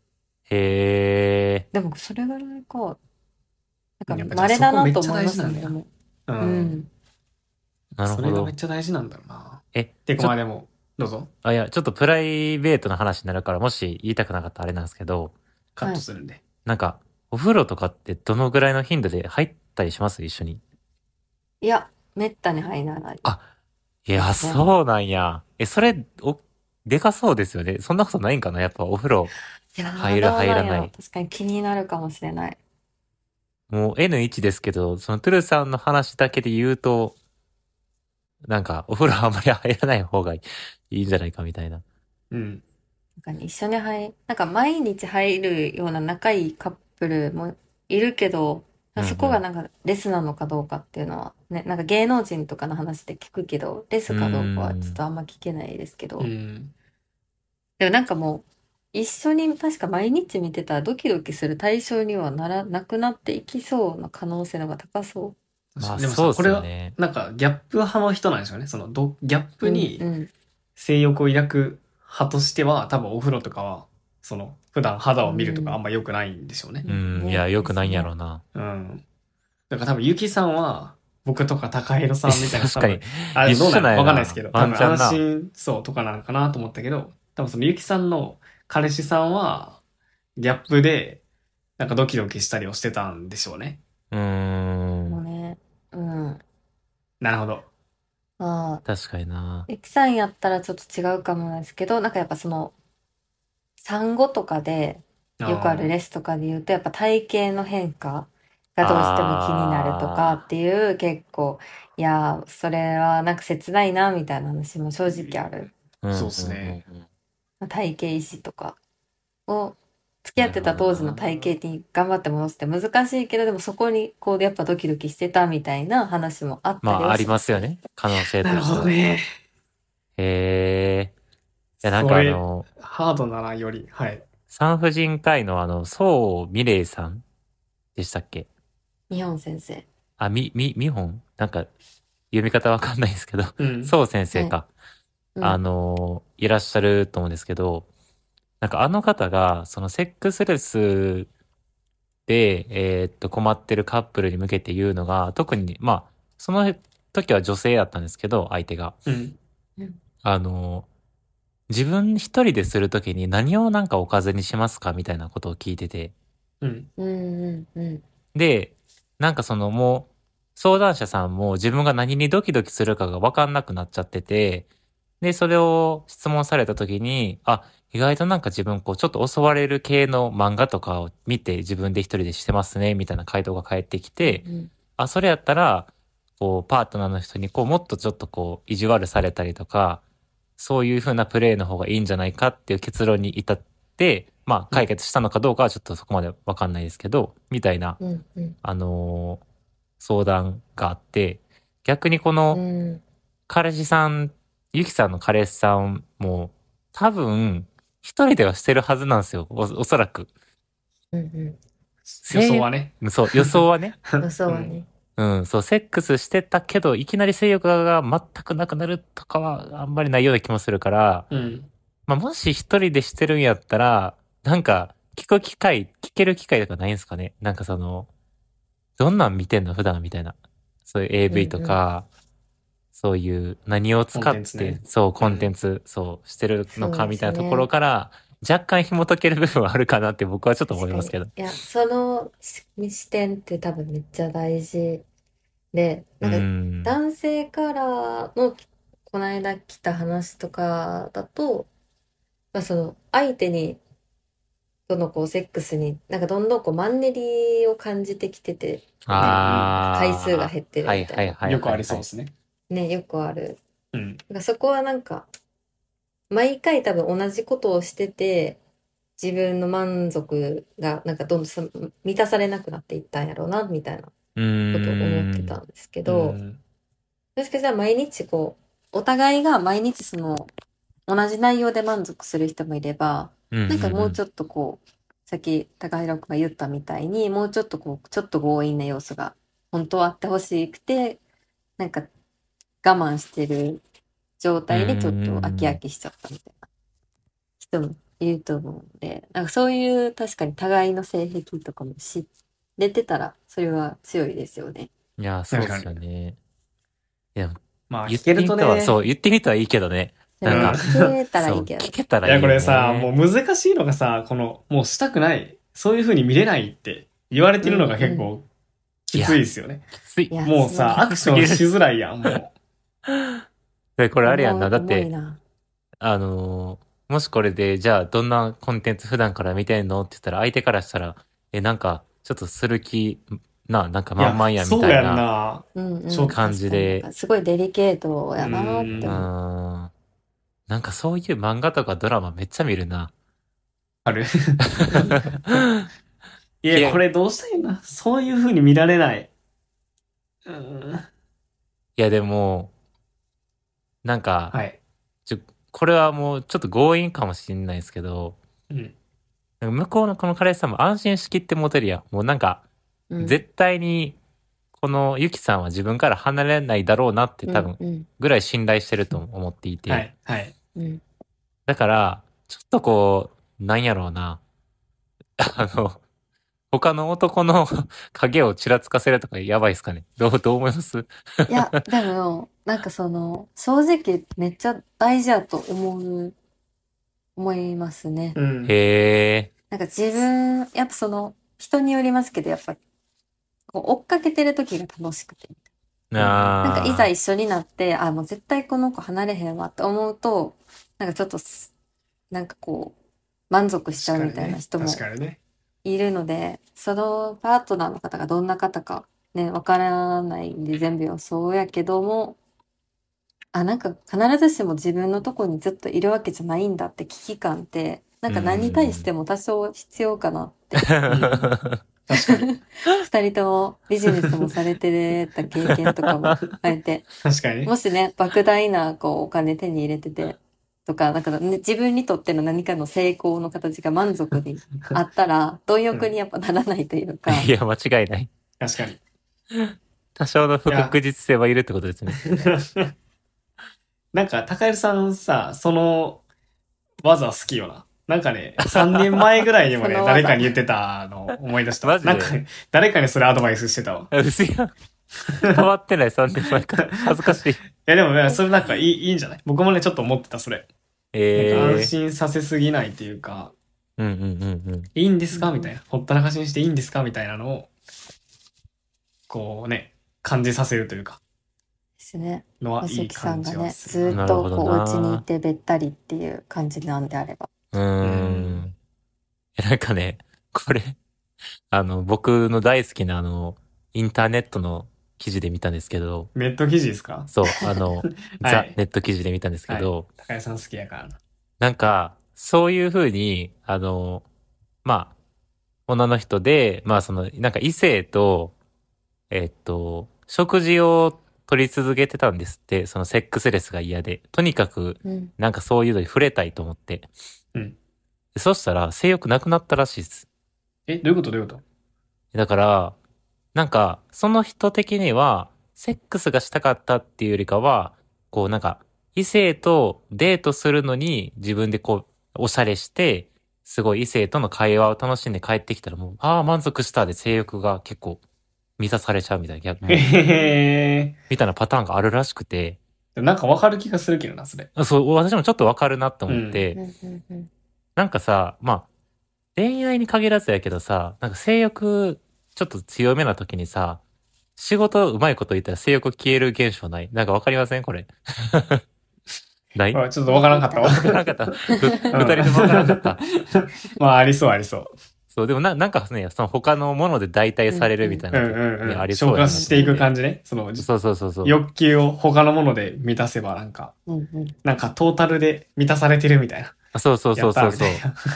Speaker 1: へえ。
Speaker 3: でも、それぐらいか。な
Speaker 2: や
Speaker 3: ん
Speaker 2: っ
Speaker 3: か、
Speaker 2: ぱ
Speaker 3: 稀だなと思いま
Speaker 2: そ
Speaker 3: す
Speaker 2: こめっちゃ大事なんだよ
Speaker 3: ね。でも
Speaker 2: う。
Speaker 3: うんん。
Speaker 1: なる
Speaker 2: そ
Speaker 1: ほ
Speaker 2: れ
Speaker 1: ど
Speaker 2: がめっ。ちゃ大事なんだろうな。
Speaker 1: え、ち
Speaker 2: てか
Speaker 1: ょ
Speaker 2: まあでも、どうぞ。
Speaker 1: あ、いや、ちょっとプライベートな話になるから、もし言いたくなかったらあれなんですけど、
Speaker 2: カットするんで。
Speaker 1: なんか、お風呂とかってどのぐらいの頻度で入ったりします一緒に。
Speaker 3: いや、めったに入らない。
Speaker 1: いや、
Speaker 3: そう
Speaker 1: そうなんや。え、それ、お、でかそうですよね。そんなことないんかなやっぱお風呂。
Speaker 3: いやー
Speaker 1: 入る
Speaker 3: どうなんやろ
Speaker 1: 入らない
Speaker 3: 確かに気になるかもしれない。
Speaker 1: もう N1 ですけど、そのトゥルさんの話だけで言うと、なんか、お風呂あんまり入らない方がいいんじゃないかみたいな。
Speaker 2: うん。
Speaker 3: なんかね一緒に入、なんか毎日入るような仲いいカップルもいるけど、
Speaker 1: うんうん
Speaker 3: そこがなんかレスなのかどうかっていうのは、ね、なんか芸能人とかの話で聞くけど、レスかどうかはちょっとあんま聞けないですけど
Speaker 2: う、ん。
Speaker 3: でもなんかもう、一緒に確か毎日見てたらドキドキする対象にはならなくなっていきそうな可能性の方が高そ
Speaker 1: まあ、
Speaker 2: でも
Speaker 1: そう
Speaker 2: さ、
Speaker 1: です
Speaker 2: これ
Speaker 1: よ
Speaker 2: は、
Speaker 1: ね。
Speaker 2: なんかギャップ派の人なんですよね。そのど、ギャッ
Speaker 3: う。
Speaker 2: プに
Speaker 3: うんうん
Speaker 2: 性欲を抱く派としては、多分お風呂とかは、その、普段肌を見るとかあんま良くないんでしょうね。
Speaker 1: うん、いや、良くないんやろうな。
Speaker 2: うん。だから多分、ゆきさんは、僕とか高弘さんみたいな、
Speaker 1: 確かに
Speaker 2: 多分。あれ
Speaker 1: 一
Speaker 2: どう
Speaker 1: 緒
Speaker 2: なの
Speaker 1: なんやな
Speaker 2: わかんないですけど、
Speaker 1: ワ
Speaker 2: 多
Speaker 1: ン
Speaker 2: 分
Speaker 1: チャンな
Speaker 2: 安心そうとかなのかなと思ったけど、多分そのゆきさんの彼氏さんは、ギャップで、なんかドキドキしたりをしてたんでしょうね。
Speaker 1: うー。
Speaker 3: もうんね、うん。
Speaker 2: なるほど。
Speaker 3: ああ、
Speaker 1: 確かにな。
Speaker 3: エキさんやったらちょっと違うかもなんですけど、なんかやっぱその、産後とかで、よくあるレスとかで言うと、やっぱ体型の変化がどうしても気になると
Speaker 1: あー
Speaker 3: かっていう、結構、いやー、それはなんか切ないな、みたいな話も正直ある。
Speaker 1: ん
Speaker 2: そうっすね。
Speaker 1: うんうんうん
Speaker 3: 体型医師とかを、付き合ってた当時の体型に頑張って戻すって難しいけれども、そこにこう、やっぱドキドキしてたみたいな話もあった
Speaker 1: ま
Speaker 3: り
Speaker 1: あ、
Speaker 3: は
Speaker 1: あ
Speaker 3: し
Speaker 1: りますよね。可能性と
Speaker 2: なる
Speaker 1: して
Speaker 2: ほ
Speaker 1: は
Speaker 2: ど。ね。
Speaker 1: へえ。いや、なんかあの、
Speaker 2: ハードならより、はい。
Speaker 1: 産婦人科医のあの、宋美玲さんでしたっけ
Speaker 3: 日本先生。
Speaker 1: あ、み、み、みほんなんか、読み方わかんないですけど、
Speaker 2: うん。
Speaker 1: 宋先生か。
Speaker 3: うん
Speaker 1: あの、いらっしゃると思うんですけど、なんかあの方が、そのセックスレスで、えーっと、困ってるカップルに向けて言うのが、特に、まあ、その時は女性だったんですけど、相手が。
Speaker 2: うん。
Speaker 1: あの、自分一人でするときに何をなんかおかずにしますかみたいなことを聞いてて。
Speaker 2: うん。
Speaker 3: うんうんうん。
Speaker 1: で、なんかそのもう、相談者さんも自分が何にドキドキするかが分かんなくなっちゃってて、で、それを質問された時に、あ、意外となんか自分こう、ちょっと襲われる系の漫画とかを見て自分で一人でしてますね、みたいな回答が返ってきて、
Speaker 3: うん
Speaker 1: あ、それやったら、こう、パートナーの人にこう、もっとちょっとこう、意地悪されたりとか、そういう風なプレイの方がいいんじゃないかっていう結論に至って、まあ、解決したのかどうかはちょっとそこまで分かんないですけど、みたいな
Speaker 3: うんうん
Speaker 1: あのー相談があって、逆にこ
Speaker 3: う
Speaker 1: の
Speaker 3: ん
Speaker 1: 彼氏さん、ゆきさんの彼氏さんも、多分、一人ではしてるはずなんですよ。お、おそらく。
Speaker 3: うん
Speaker 2: 予想はね。
Speaker 1: そう、 予想はね。
Speaker 3: うん。予想はね。
Speaker 1: うん、そう、セックスしてたけど、いきなり性欲が全くなくなるとかは、あんまりないような気もするから、
Speaker 2: うん。
Speaker 1: まあ、もし一人でしてるんやったら、なんか、聞く機会、聞ける機会とかないんですかねなんかその、どんなん見てんの普段みたいな。そういう AV とか、そういう何を使
Speaker 2: コン
Speaker 1: っ
Speaker 2: テン
Speaker 1: て、
Speaker 2: ツね
Speaker 1: そう、コンテンツ、そう、してるのか
Speaker 3: そうですね
Speaker 1: みたいなところから、若干紐解ける部分はあるかなって僕はちょっと思いますけど。
Speaker 3: いや、その視視点って多分めっちゃ大事で、
Speaker 1: う
Speaker 3: なんか
Speaker 1: ん。
Speaker 3: 男性からのこの間来た話とかだと、まあ、その相手にとのこうセックスになんかどんどんこうマンネリを感じてきてて
Speaker 1: ああ。
Speaker 3: 回数が減ってる
Speaker 1: はい
Speaker 3: みたい
Speaker 1: はいはいはい。
Speaker 2: よくありそうですね。
Speaker 3: ね、よくある。
Speaker 2: うん。
Speaker 3: なんかそこはなんか毎回多分同じことをしてて自分の満足がなんかどんどんさ満たされなくなっていったんやろうなみたいな
Speaker 1: う
Speaker 3: ことを思って
Speaker 1: ん。
Speaker 3: たんですけ
Speaker 2: う
Speaker 3: ど、
Speaker 2: ん
Speaker 3: もしかしたら毎日こう、お互いが毎日その、同じ内容で満足する人もいれば、
Speaker 1: な
Speaker 3: なんかもうち
Speaker 1: ょっ
Speaker 3: ょっとこう、さっき高弘君が言ったみたいに、もうちょっとこう、ちょっと強引な要素が本当はあってほしくて、なんか我慢してる状態でちょっと飽き飽きしちゃったみたいな人もいると思うので、なんかそういう確かに互いの性癖とかも知れてたら、それは強いですよね。
Speaker 1: いや、そうですよね。いや、
Speaker 2: まあ、
Speaker 1: 言っ
Speaker 2: 聞
Speaker 1: て
Speaker 2: け
Speaker 1: み
Speaker 2: ると
Speaker 1: た
Speaker 2: ね。
Speaker 1: ら、そう、言ってみたらいいけどね。なん
Speaker 2: か
Speaker 3: 聞けたらい
Speaker 1: そう
Speaker 3: いけど
Speaker 1: 聞。けたら
Speaker 2: い
Speaker 1: いいよ、ね。
Speaker 2: や、これさ、もう難しいのがさ、この、もうしたくない、そういう風に見れないって言われてるのが結構きついですよね。
Speaker 1: きつい
Speaker 3: い。や
Speaker 2: もうさ、アクションしづらいやん、もう。
Speaker 1: で、これあれやんな。だっ
Speaker 3: 重い
Speaker 1: て、
Speaker 3: な
Speaker 1: あのーもしこれで、じゃあ、どんなコンテンツ普段から見てんのって言ったら、相手からしたら、え、なんか、ちょっとする気、な、なんか、
Speaker 2: い
Speaker 1: まんまんや、みたい
Speaker 2: そうやん
Speaker 1: な。
Speaker 2: な。
Speaker 3: うんうん
Speaker 2: そう
Speaker 1: 感じで
Speaker 3: 確かにすごいデリケートやなーって
Speaker 1: う
Speaker 3: 思う。
Speaker 1: ーん。なんか、そういう漫画とかドラマめっちゃ見るな。
Speaker 2: ある。
Speaker 1: うい
Speaker 2: い
Speaker 1: や
Speaker 2: や、これどうしたらいいな。そういう風に見られない。うーん。
Speaker 1: いや、でも、なんか、
Speaker 2: はい。
Speaker 1: これはもう、ちょっと強引かもしんないですけど、
Speaker 2: うん。
Speaker 1: なんか向こうのこの彼氏さんも安心しきってモテるやん。もうなんか、
Speaker 3: うん
Speaker 1: 絶対に、このゆきさんは自分から離れないだろうなって多分、
Speaker 3: うん
Speaker 1: ぐらい信頼してると思っていて。
Speaker 2: はい。はい。
Speaker 3: うんうん
Speaker 1: だから、ちょっとこう、なんやろうな。 あの、他の男の 影をちらつかせるとかやばいっすかね。どう、どう思います
Speaker 3: いや、でも、なんかその、正直めっちゃ大事やと思う、思いますね。
Speaker 2: うん。
Speaker 1: へえ。
Speaker 3: なんか自分、やっぱその、人によりますけど、やっぱ、こう追っかけてる時が楽しくて。
Speaker 1: な
Speaker 3: なん
Speaker 1: あ。
Speaker 3: かいざ一緒になって、あ、もう絶対この子離れへんわって思うと、なんかちょっとす、なんかこう、満足しちゃうみたいな人も
Speaker 2: 確かにね。
Speaker 3: いるので、そのパートナーの方がどんな方かね、わからないんで全部予想やけども、あ、なんか必ずしも自分のとこにずっといるわけじゃないんだって危機感って、なんか何に対しても多少必要かなって、
Speaker 2: 確かに。
Speaker 3: 二人ともビジネスもされてた経験とか もあえて、
Speaker 2: 確かに。
Speaker 3: もしね、莫大なこうお金手に入れてて、とか、なんか、ね、自分にとっての何かの成功の形が満足にあったら、貪欲にやっぱならないというか、
Speaker 1: いや、間違いない。
Speaker 2: 確かに。
Speaker 1: 多少の不確実性はいるってことです ね。
Speaker 2: なんか、高井さんさ、その技好きよな。なんかね、3年前ぐらいにもね、
Speaker 3: その技
Speaker 2: 誰かに言ってたのを思い出した。
Speaker 1: マジで
Speaker 2: なんかね、誰かにそれアドバイスしてたわ。い
Speaker 1: 薄いや。変わってない、3年前から。恥ずかしい。
Speaker 2: や、でもね、それなんかいいいいんじゃない僕もね、ちょっと思ってた、それ。
Speaker 1: え
Speaker 2: なんか安
Speaker 1: ー。
Speaker 2: 心させすぎないっていうか、
Speaker 1: うんうんうんうん。
Speaker 2: いいんですか
Speaker 3: うん
Speaker 2: みたいな。ほったらかしにしていいんですかみたいなのを、こうね、感じさせるというか、
Speaker 3: ですね。
Speaker 2: のは
Speaker 3: ま
Speaker 2: い
Speaker 3: さ
Speaker 2: い
Speaker 3: きさ
Speaker 2: 感
Speaker 3: んが
Speaker 2: じ
Speaker 3: ね、
Speaker 2: は
Speaker 3: ず
Speaker 2: する。
Speaker 3: ーっ
Speaker 1: なる
Speaker 3: と
Speaker 1: ほ
Speaker 3: こ
Speaker 1: ど
Speaker 3: う
Speaker 1: な
Speaker 3: お家にいてべったりっていう感じなんであれば。
Speaker 1: うーん。えなんかね、これ、あの、僕の大好きなあの、インターネットの記事で見たんですけど、
Speaker 2: ネット記事ですか
Speaker 1: そう、あの、ザ・ネット記事で見たんですけど、
Speaker 2: 高井さん好きやからな。
Speaker 1: なんか、そういうふうに、あの、まあ、女の人で、まあその、なんか異性と、えっと、食事を取り続けてたんですって、そのセックスレスが嫌で。とにかく、
Speaker 3: うん。
Speaker 1: なんかそういうのに触れたいと思って。
Speaker 2: うん
Speaker 1: でそしたら、性欲なくなったらしいです。
Speaker 2: え、どういうことどういうこと
Speaker 1: だから、なんか、その人的には、セックスがしたかったっていうよりかは、こうなんか、異性とデートするのに自分でこう、おしゃれして、すごい異性との会話を楽しんで帰ってきたらもう、ああ、満足したで性欲が結構満たされちゃうみたいな、逆
Speaker 2: え
Speaker 1: に
Speaker 2: へへ
Speaker 1: みたいなパターンがあるらしくて、
Speaker 2: でもなんかわかる気がするけどな、それ。
Speaker 1: そう、私もちょっとわかるなって思って、
Speaker 3: うんうんうん。
Speaker 1: なんかさ、まあ、恋愛に限らずやけどさ、なんか性欲ちょっと強めな時にさ、仕事うまいこと言ったら性欲消える現象ないなんかわかりませんこれ。 ない
Speaker 2: これちょっとわからんかったわ。
Speaker 1: わからんかった。ぶ 二人ともわからんかった。
Speaker 2: まあ、ありそう、ありそう。
Speaker 1: そう、でもななんかね、その他のもので代替されるみたい
Speaker 2: うん
Speaker 1: な
Speaker 2: う
Speaker 1: のってね、
Speaker 2: んうん。
Speaker 1: ありそう
Speaker 2: 消
Speaker 1: やな
Speaker 2: 化していく感じね。その、
Speaker 1: そうそうそうそう。
Speaker 2: 欲求を他のもので満たせば、なんか、
Speaker 3: うんうん。
Speaker 2: なんかトータルで満たされてるみたいな。
Speaker 1: そうそうそうそうそう
Speaker 2: やっ。 たーみたいな確か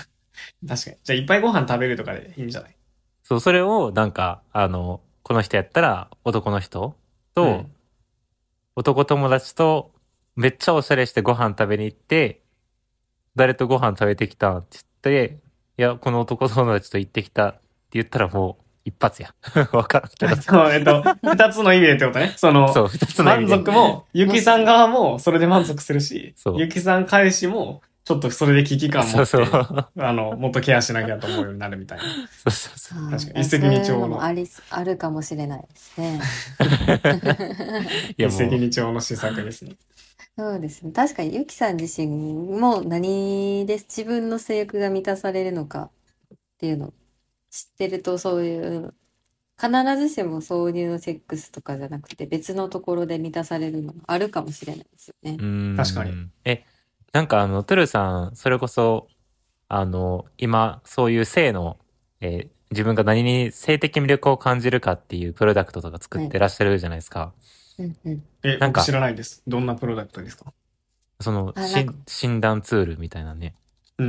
Speaker 2: に。じゃあ、いっぱいご飯食べるとかでいいんじゃ ない
Speaker 1: そう、それをなんか、あの、この人やったら男の人と、
Speaker 2: うん
Speaker 1: 男友達とめっちゃおしゃれしてご飯食べに行って、誰とご飯食べてきたんって言って、いや、この男友達と行ってきたって言ったらもう一発や。わからん けど。
Speaker 2: そうえっと、二つの意味でってことね。その、
Speaker 1: そう、二つの意味
Speaker 2: 満
Speaker 1: で。
Speaker 2: 足も、ゆきさん側もそれで満足するし
Speaker 1: そ、う
Speaker 2: ゆきさん彼氏もちょっとそれで危機感持
Speaker 1: そう
Speaker 2: って、
Speaker 1: そう。そう
Speaker 2: あの、もっとケアしなきゃと思うようになるみたいな。
Speaker 1: そうそう。
Speaker 3: うん
Speaker 2: 確かに一石二鳥の
Speaker 3: そういうもあり、あるかもしれないですね。
Speaker 1: いや
Speaker 2: 一
Speaker 1: も
Speaker 2: 石
Speaker 1: う、
Speaker 2: 二鳥の施策ですね。
Speaker 3: そうですね。確かに、ゆきさん自身も何で自分の性欲が満たされるのかっていうのを知ってると、そういう、必ずしも挿入のセックスとかじゃなくて、別のところで満たされるのがあるかもしれないですよね。
Speaker 1: うん
Speaker 2: 確かに。
Speaker 1: え、なんかあの、トゥルーさん、それこそ、あの、今、そういう性の、えー自分が何に性的魅力を感じるかっていうプロダクトとか作ってらっしゃるじゃないですか。
Speaker 3: うんうん。
Speaker 1: な
Speaker 2: え、
Speaker 1: んか
Speaker 2: 僕知らないです。どんなプロダクトですか
Speaker 1: その
Speaker 3: あなんか
Speaker 1: しん診断ツールみたいなね。
Speaker 2: うー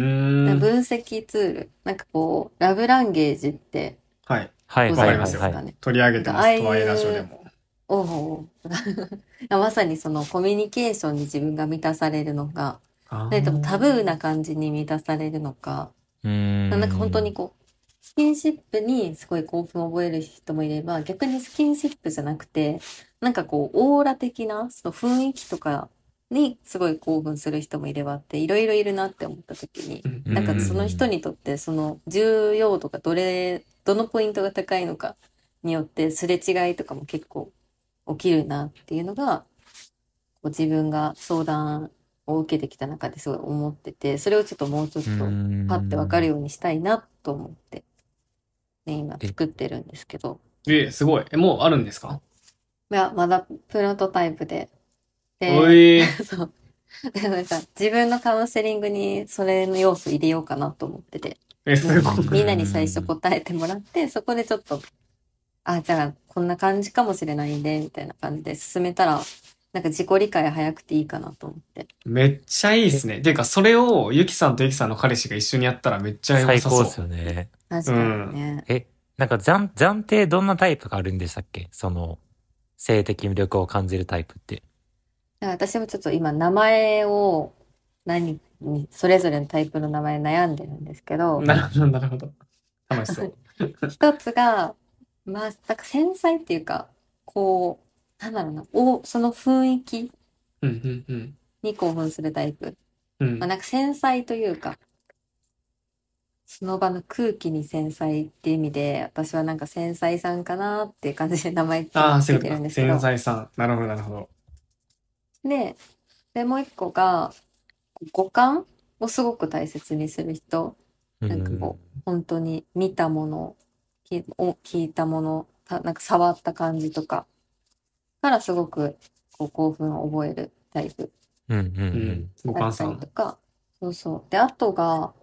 Speaker 2: ん。
Speaker 3: 分析ツール、なんかこう、ラブランゲージって、
Speaker 2: はい。
Speaker 1: はい
Speaker 3: ご
Speaker 1: は
Speaker 2: わか
Speaker 1: い
Speaker 2: り
Speaker 1: は
Speaker 2: ま
Speaker 1: い
Speaker 2: すよ
Speaker 1: は
Speaker 3: 存知です
Speaker 1: い
Speaker 3: か。ね。
Speaker 2: 取り上げてま
Speaker 3: なんかああい
Speaker 2: す。
Speaker 3: う
Speaker 2: とはいえラジオでも。
Speaker 3: おうおう まさにそのコミュニケーションに自分が満たされるのか、それともタブーな感じに満たされるのか、
Speaker 1: うーん。
Speaker 3: なんか本当にこう、スキンシップにすごい興奮を覚える人もいれば、逆にスキンシップじゃなくて、なんかこう、オーラ的な、その雰囲気とかにすごい興奮する人もいればって、いろいろいるなって思った時に、
Speaker 2: うん
Speaker 1: う
Speaker 3: なんかその人にとって、その重要度がどれ、どのポイントが高いのかによって、すれ違いとかも結構起きるなっていうのが、こう自分が相談を受けてきた中ですごい思ってて、それをちょっともうちょっと、パッてわかる
Speaker 1: よ。
Speaker 3: ようにしたいなと思って、ね、今
Speaker 1: え
Speaker 3: 作ってるんですけど、
Speaker 2: え、すごい。え、もうあるんですか
Speaker 3: いや、まだプロトタイプで、
Speaker 2: お
Speaker 3: で、
Speaker 2: い。
Speaker 3: そう。 でなんか自分のカウンセリングにそれの要素入れようかなと思ってて、
Speaker 2: え、すごい。
Speaker 3: みんなに最初答えてもらって、そこでちょっと、あ、じゃあこんな感じかもしれないんで、みたいな感じで進めたら、なんか自己理解早くていいかなと思って。
Speaker 2: めっちゃいいですね。ていうか、それをゆきさんとゆきさんの彼氏が一緒にやったらめっちゃ良
Speaker 1: 最
Speaker 2: さそ
Speaker 1: 高
Speaker 2: う。
Speaker 1: ですよね。
Speaker 3: 確かにね。
Speaker 1: え、なんか暫暫定どんなタイプがあるんでしたっけその、性的魅力を感じるタイプって。
Speaker 3: だから私もちょっと今名前を何に、それぞれのタイプの名前悩んでるんですけど、
Speaker 2: なるほど、なるほど。楽しそう。
Speaker 3: 一つが、まあ、なんか繊細っていうか、こう、なんだろうな、お、その雰囲気
Speaker 2: うん、うん、
Speaker 3: に興奮するタイプ。
Speaker 2: うん。うん
Speaker 3: まあ、なんか繊細というか、その場の空気に繊細っていう意味で、私はなんか繊細さんかなっていう感じで名前つ
Speaker 2: ああ、そうい
Speaker 3: け
Speaker 2: う
Speaker 3: て
Speaker 2: こ
Speaker 3: る
Speaker 2: と
Speaker 3: んで
Speaker 2: か。
Speaker 3: すけど
Speaker 2: 繊。細さん。なるほど、なるほど。
Speaker 3: で、で、もう一個が、五感をすごく大切にする人。なんかこう、本当に見たもの、きお聞いたもの、たなんか触った感じとかからすごくこう興奮を覚えるタイプ
Speaker 1: うん。うんうん
Speaker 2: う
Speaker 1: うん
Speaker 2: ん。。ご
Speaker 3: だ
Speaker 2: 感
Speaker 3: った
Speaker 2: 想
Speaker 3: りと。か、そうそう。で、あとが、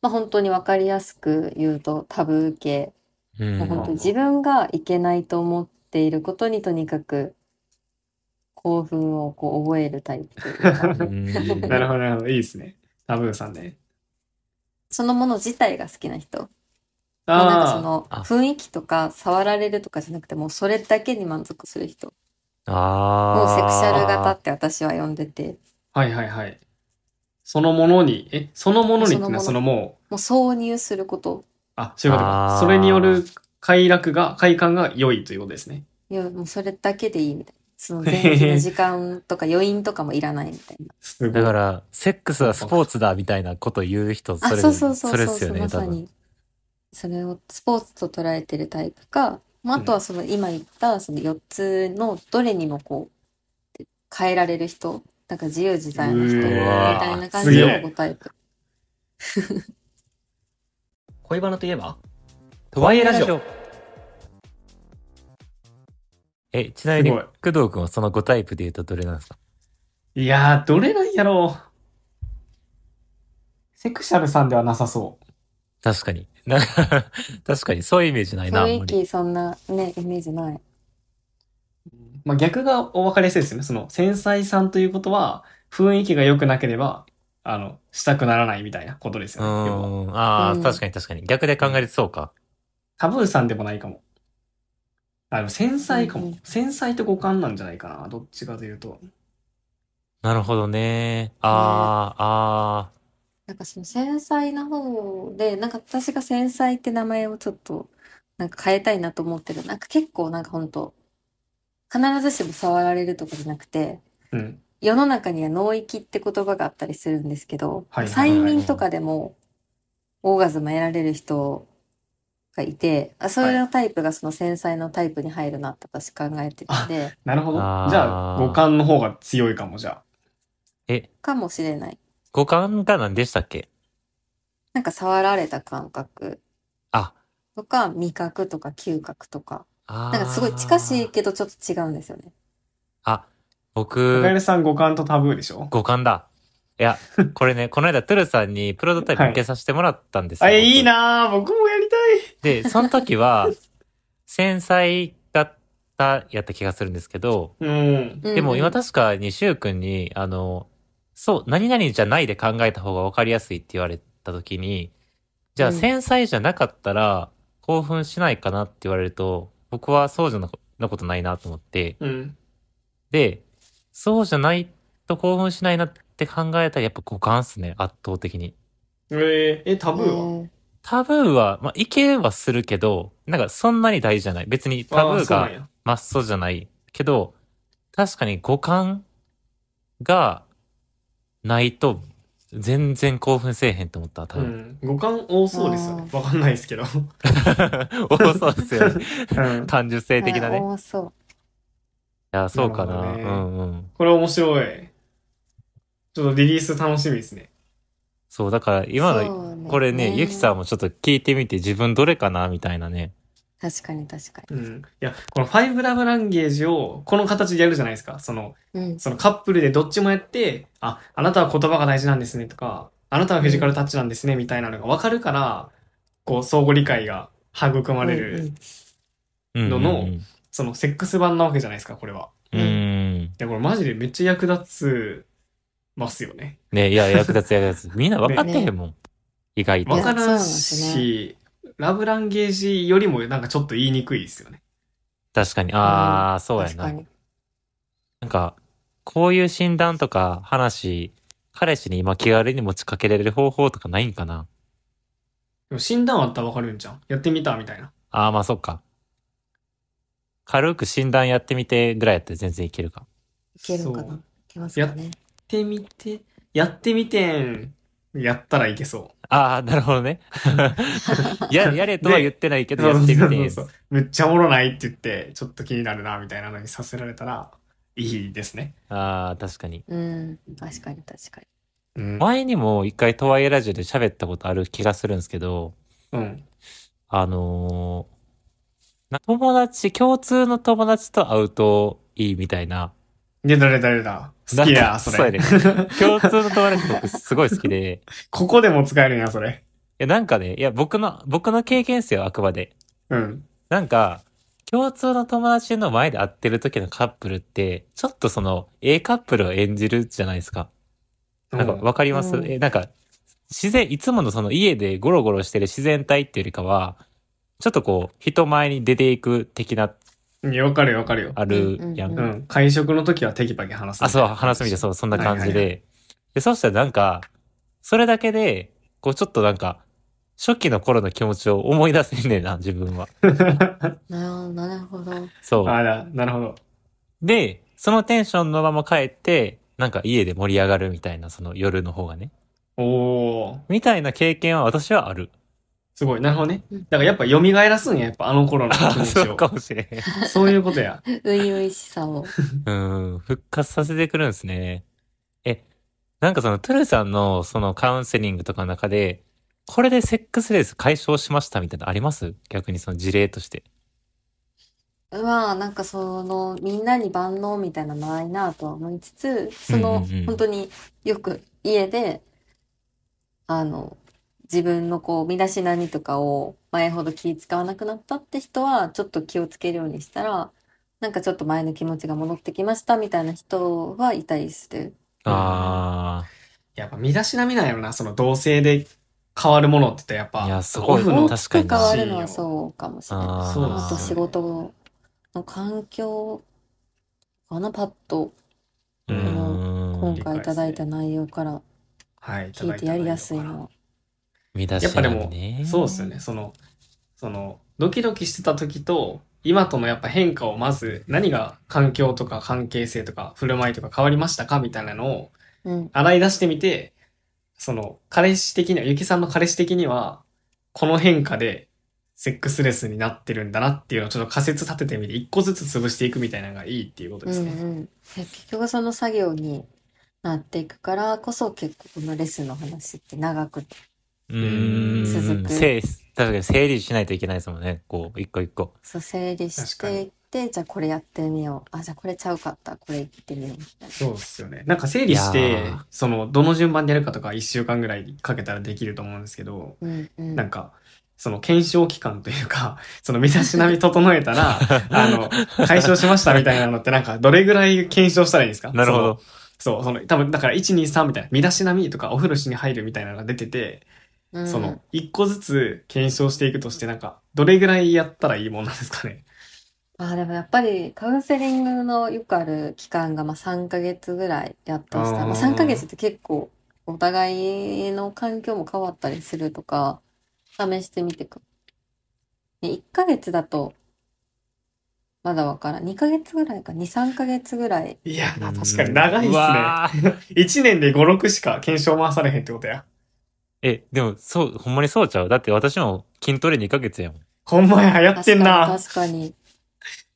Speaker 3: まあ、本当にわかりやすく言うとタブー系。
Speaker 1: うん
Speaker 3: もう本当に
Speaker 2: ん
Speaker 3: 自分がいけないと思っていることにとにかく興奮をこう覚えるタイプというか
Speaker 1: うん
Speaker 2: なるほど、なるほど。いいですね。タブーさんね。
Speaker 3: そのもの自体が好きな人。もうなんかそ
Speaker 2: あ
Speaker 3: の
Speaker 1: あ
Speaker 3: 雰囲気とか触られるとかじゃなくてもうそれだけに満足する人をセクシ
Speaker 1: ああ。
Speaker 3: ャル型って私は呼んでて
Speaker 2: あ、はいはいはい。そのものに、え、そのものにっていうのは
Speaker 3: そ
Speaker 2: そ
Speaker 3: の
Speaker 2: のもう、
Speaker 3: もう挿入すること
Speaker 2: あ、そういうこと
Speaker 1: あ
Speaker 2: か。
Speaker 1: ー
Speaker 2: それによる快楽が、快感が良いということですね。
Speaker 3: いやもうそれだけでいいみたいなその前日の時間とか余韻とかもいらないみたいな
Speaker 2: すご
Speaker 1: だ
Speaker 2: い。
Speaker 1: から、セックスはスポーツだみたいなこと言う人、そ
Speaker 3: あ
Speaker 1: れ、
Speaker 3: そうそうそう
Speaker 1: れ
Speaker 3: そ
Speaker 1: っ
Speaker 3: う
Speaker 1: す
Speaker 3: そう、
Speaker 1: よね、
Speaker 3: ま
Speaker 1: 多
Speaker 3: さ
Speaker 1: 分。
Speaker 3: にそれをスポーツと捉えてるタイプか、まあ、あとはその今言ったその4つのどれにもこう変えられる人なんか自由自在な人み
Speaker 2: う
Speaker 1: わ
Speaker 3: たいな感じ
Speaker 2: す
Speaker 3: の
Speaker 2: げえ
Speaker 3: 5タイプ
Speaker 4: 恋バナといえば
Speaker 1: と
Speaker 4: ワイエラジオ
Speaker 1: え、ちなみに、
Speaker 2: すごい
Speaker 1: 工藤君はその5タイプで言うとどれなんですか
Speaker 2: いやー、どれなんやろう。セクシャルさんではなさそう。
Speaker 1: 確かに。 なんか確かに、そういうイメージないな、あん
Speaker 3: 雰
Speaker 1: まり。
Speaker 3: 囲気そんなねイメージない
Speaker 2: まあ、逆がお分かりやすいですよね。その、繊細さんということは、雰囲気が良くなければ、あの、したくならないみたいなことです
Speaker 1: う
Speaker 2: よね。要は
Speaker 1: ーん。ああ、
Speaker 3: うん
Speaker 1: 確かに確かに。逆で考えるとそうか。
Speaker 2: タブーさんでもないかも。あ、でも繊細か
Speaker 3: うんう
Speaker 2: も
Speaker 3: ん。
Speaker 2: 繊細と五感なんじゃないかな。どっちかというと。
Speaker 1: なるほどね。ああ、ああ。
Speaker 3: なんかその繊細な方で、なんか私が繊細って名前をちょっとなんか変えたいなと思ってる。なんか結構なんか本当必ずしも触られるとかじゃなくて、
Speaker 2: うん。
Speaker 3: 世の中には脳域って言葉があったりするんですけど、
Speaker 2: はいはいはい
Speaker 3: 催眠とかでもオーガズム得られる人がいて、あそういうタイプがその繊細のタイプに入るなって私考えてるんで、
Speaker 2: なるほど。じ
Speaker 1: あー
Speaker 2: ゃあ、五感の方が強いかも、じゃ
Speaker 3: かもしれない。
Speaker 1: 五感が何でしたっけ
Speaker 3: なんか触られた感覚
Speaker 1: あ、
Speaker 3: とか、味覚とか嗅覚とか、
Speaker 1: あー
Speaker 3: なんかすごい近しい。けどちょっと違うんですよね。
Speaker 1: あ、
Speaker 2: あ。高
Speaker 1: 僕、
Speaker 2: 柳さん五感とタブーでしょ
Speaker 1: 五感だ。いや、これね、 この間、トゥルさんにプロトタイプ受けさせてもらったんですよ。
Speaker 2: あ、え
Speaker 1: 僕
Speaker 2: いいなぁ僕もやりたい
Speaker 1: で、その時は、繊細だった、やった気がするんですけど、
Speaker 2: うん。
Speaker 1: でも今
Speaker 3: た
Speaker 1: 確かにしゅうくんに、あの、そう、何々じゃないで考えた方が分かりやすいって言われた時に、じゃあ
Speaker 3: うん
Speaker 1: 繊細じゃなかったら興奮しないかなって言われると、僕はそうじゃななことないなと思って、
Speaker 2: うん。
Speaker 1: で、そうじゃないと興奮しないなって考えたらやっぱ五感っすね、圧倒的に。
Speaker 2: えー、え、タブーは
Speaker 1: タブーは、まあ、いけはするけど、なんかそんなに大事じゃない。別にタブ
Speaker 2: あ
Speaker 1: ー
Speaker 2: そう
Speaker 1: が
Speaker 2: なんや
Speaker 1: マストじゃないけど、確かに五感がないと全然興奮せえへんと思った、多
Speaker 2: う
Speaker 1: 分。
Speaker 2: ん。五感多そうですよね。わかんないです けど。
Speaker 1: 多そうですよね。
Speaker 2: うん。
Speaker 1: 単純性 的なね。い
Speaker 3: 多そう。
Speaker 1: や、そうかな。
Speaker 2: なるほどね
Speaker 1: うんうん。
Speaker 2: これ面白い。ちょっとリリース楽しみですね。
Speaker 1: そう、だから今の、
Speaker 3: の
Speaker 1: これね、ゆきさ
Speaker 3: ん。
Speaker 1: んもちょっと聞いてみて自分どれかなみたいなね。
Speaker 3: 確かに確か
Speaker 2: うん。いや、このファイブラブランゲージをこの形でやるじゃないですか。その、
Speaker 3: に。うん。
Speaker 2: そのカップルでどっちもやって、あ、あなたは言葉が大事なんですねとか、あなたはフィジカルタッチなんですねみたいなのがわかるから、こう、相互理解が育まれ
Speaker 3: うんう
Speaker 2: る
Speaker 3: ん、
Speaker 1: うんうんうん、
Speaker 2: ののそのセックス版なわけじゃないですか、これは。
Speaker 1: うん。
Speaker 2: で、これマジでめっちゃ役立つますよね。
Speaker 1: ね、いや、役立つ役立つ。みんな分かってへんもん。意外と
Speaker 2: わ。か
Speaker 3: いやそうな
Speaker 2: ら
Speaker 3: ん
Speaker 2: ん
Speaker 3: です
Speaker 2: し、ラブランゲージよりもなんかちょっと言いにくいですよね。
Speaker 1: 確かに。ああ、そうや
Speaker 3: 確
Speaker 1: な
Speaker 3: か。に。
Speaker 1: なんか、こういう診断とか話、彼氏に今気軽に持ちかけられる方法とかないんかな
Speaker 2: でも診断あったらわかるんじゃん。やってみたみたいな。
Speaker 1: ああ、まあそっか。軽く診断やってみてぐらいやったら全然いけるか。
Speaker 3: いけるんか
Speaker 2: そう
Speaker 3: な。いけますかね。
Speaker 2: やってみて、やってみてん。やったらいけそ
Speaker 1: ああ、なるほどね。 や、やれとは言ってないけ
Speaker 2: う。
Speaker 1: ど、やってみ
Speaker 2: そう
Speaker 1: て。
Speaker 2: そうそうめっちゃおもろないって言って、ちょっと気になるな、みたいなのにさせられたら、いいですね。
Speaker 1: ああ、確かに。
Speaker 3: うん。確かに確かに。
Speaker 2: うん。
Speaker 1: 前にも一回とはいえラジオで喋ったことある気がするんですけど、
Speaker 2: うん。
Speaker 1: あのーな友達、共通の友達と会うといいみたいな
Speaker 2: で、誰誰だ好き
Speaker 1: なん
Speaker 2: や、
Speaker 1: か
Speaker 2: そ
Speaker 1: そう
Speaker 2: れ。
Speaker 1: やね。共通の友達僕すごい好きで。い
Speaker 2: ここでも使えるんや、それ。
Speaker 1: や、なんかね、いや、僕の、僕の経験ですよ、あくまで。
Speaker 2: うん。
Speaker 1: なんか、共通の友達の前で会ってる時のカップルって、ちょっとその、A カップルを演じるじゃないですか。なんか、
Speaker 2: うん
Speaker 1: わかります、
Speaker 3: うん
Speaker 1: え、なんか、自然、いつものその家でゴロゴロしてる自然体っていうよりかは、ちょっとこう、人前に出ていく的な、
Speaker 2: いやわかるよ、わかるよ。
Speaker 1: あるやん
Speaker 3: うん
Speaker 1: か
Speaker 2: う。ん。会食の時はテキパキ話す。
Speaker 1: あ、そう、話すみたい、そう、そんな感じで。
Speaker 2: はい
Speaker 1: で、そうしたらなんか、それだけで、こう、ちょっとなんか、初期の頃の気持ちを思い出せんねんな、 自分は。
Speaker 3: なるなるほど。
Speaker 1: そ
Speaker 2: あ
Speaker 1: う。
Speaker 2: あ、なるほど。
Speaker 1: で、そのテンションのまま帰って、なんか家で盛り上がるみたいな、その夜の方がね。
Speaker 2: おー。
Speaker 1: みたいな経験は私はある。
Speaker 2: すごい。なるほどね。
Speaker 3: うん
Speaker 2: だからやっぱ蘇らすんや、やっぱあの頃の気
Speaker 1: あ、
Speaker 2: 持ち
Speaker 1: そう
Speaker 2: を。
Speaker 1: かもしれへん。
Speaker 2: そういうことや。
Speaker 3: ういういしさを。
Speaker 1: うん、復活させてくるんですね。え、なんかその、トゥルさんのそのカウンセリングとかの中で、これでセックスレース解消しましたみたいなのあります逆にその事例として。
Speaker 3: まあ、なんかその、みんなに万能みたいなのないなとは思いつつ、その、
Speaker 1: うんうんうん
Speaker 3: 本当によく家で、あの、自分のこう、身だしなみとかを前ほど気使わなくなったって人は、ちょっと気をつけるようにしたら、なんかちょっと前の気持ちが戻ってきましたみたいな人はいたりする。
Speaker 1: あ
Speaker 2: やっぱ身だしなみなんやろな、その同性で変わるものって言ったら
Speaker 1: あ、
Speaker 2: やっ
Speaker 1: い
Speaker 2: ぱ、
Speaker 1: や、すごい、
Speaker 2: オフの
Speaker 1: 確かに
Speaker 3: 変わ
Speaker 1: な。
Speaker 3: るのはそうかもしれない。
Speaker 1: あー
Speaker 2: そう
Speaker 3: あ
Speaker 2: で
Speaker 3: と
Speaker 2: す
Speaker 3: 仕
Speaker 2: よね
Speaker 3: 事の環境かな、パッと
Speaker 1: う
Speaker 3: 今
Speaker 1: ん。
Speaker 3: 回いただいた内容から
Speaker 2: はい、いた
Speaker 3: 聞
Speaker 2: だ
Speaker 3: い
Speaker 2: い
Speaker 3: て
Speaker 2: た
Speaker 3: や
Speaker 2: 内容か
Speaker 3: りや
Speaker 2: ら
Speaker 3: すいのは。
Speaker 1: 見出し
Speaker 2: やっぱで
Speaker 1: な
Speaker 2: も
Speaker 1: んね。
Speaker 2: そうっすよね、その、その、ドキドキしてた時と、今とのやっぱ変化をまず、何が環境とか関係性とか振る舞いとか変わりましたかみたいなのを
Speaker 3: うん。
Speaker 2: 洗い出してみて、その、彼氏的には、ゆきさんの彼氏的には、この変化で、セックスレスになってるんだなっていうのをちょっと仮説立ててみて、一個ずつ潰していくみたいなのがいいっていうこと
Speaker 3: う
Speaker 2: で
Speaker 3: んう
Speaker 2: すね。
Speaker 3: ん。結局その作業になっていくからこそ結構このレスの話って長くて。
Speaker 1: うー
Speaker 3: 続
Speaker 1: ん。
Speaker 3: く
Speaker 1: せい確かに整理しないといけないですもんね。こう、一個一個。
Speaker 3: そう整理していって、じゃあこれやってみよう。あ、じゃあこれちゃうかった。これいってみよう。みたいな。
Speaker 2: そうですよね。なんか整理し
Speaker 1: いや
Speaker 2: て
Speaker 1: ー、
Speaker 2: その、どの順番でやるかとか、一週間ぐらいかけたらできると思うんですけど、
Speaker 3: うんうん。
Speaker 2: なんか、その検証期間というか、 その身だしなみ整え たら、あの、解消しましたみたいなのってなんか、どれぐらい検証したらいいんですか
Speaker 1: なるほど。
Speaker 2: そう、その、多分、だから、1、2、3みたいな、身だしなみとか、お風呂しに入るみたいなのが出てて、
Speaker 3: うん
Speaker 2: その、1個ずつ検証していくとして、なんか、どれぐらいやったらいいもんなんですかね。
Speaker 3: あ、でもやっぱりカウンセリングのよくある期間がまあ3ヶ月ぐらいやったりしたら、まあ
Speaker 2: あー
Speaker 3: 3ヶ月って結構お互いの環境も変わったりするとか、試してみてく。ね1ヶ月だとまだわからん。2ヶ月ぐらいか、2、3ヶ月ぐらい。
Speaker 2: いや、
Speaker 1: うん
Speaker 2: 確かに長いっ
Speaker 1: うわ
Speaker 2: す
Speaker 1: ー
Speaker 2: ね。1年で5、6しか検証回されへんってことや。
Speaker 1: え、でも、そう、ほんまにそうちゃうだって私も筋トレ2ヶ月やもん。
Speaker 2: ほんまや、やってんな。
Speaker 3: 確かに、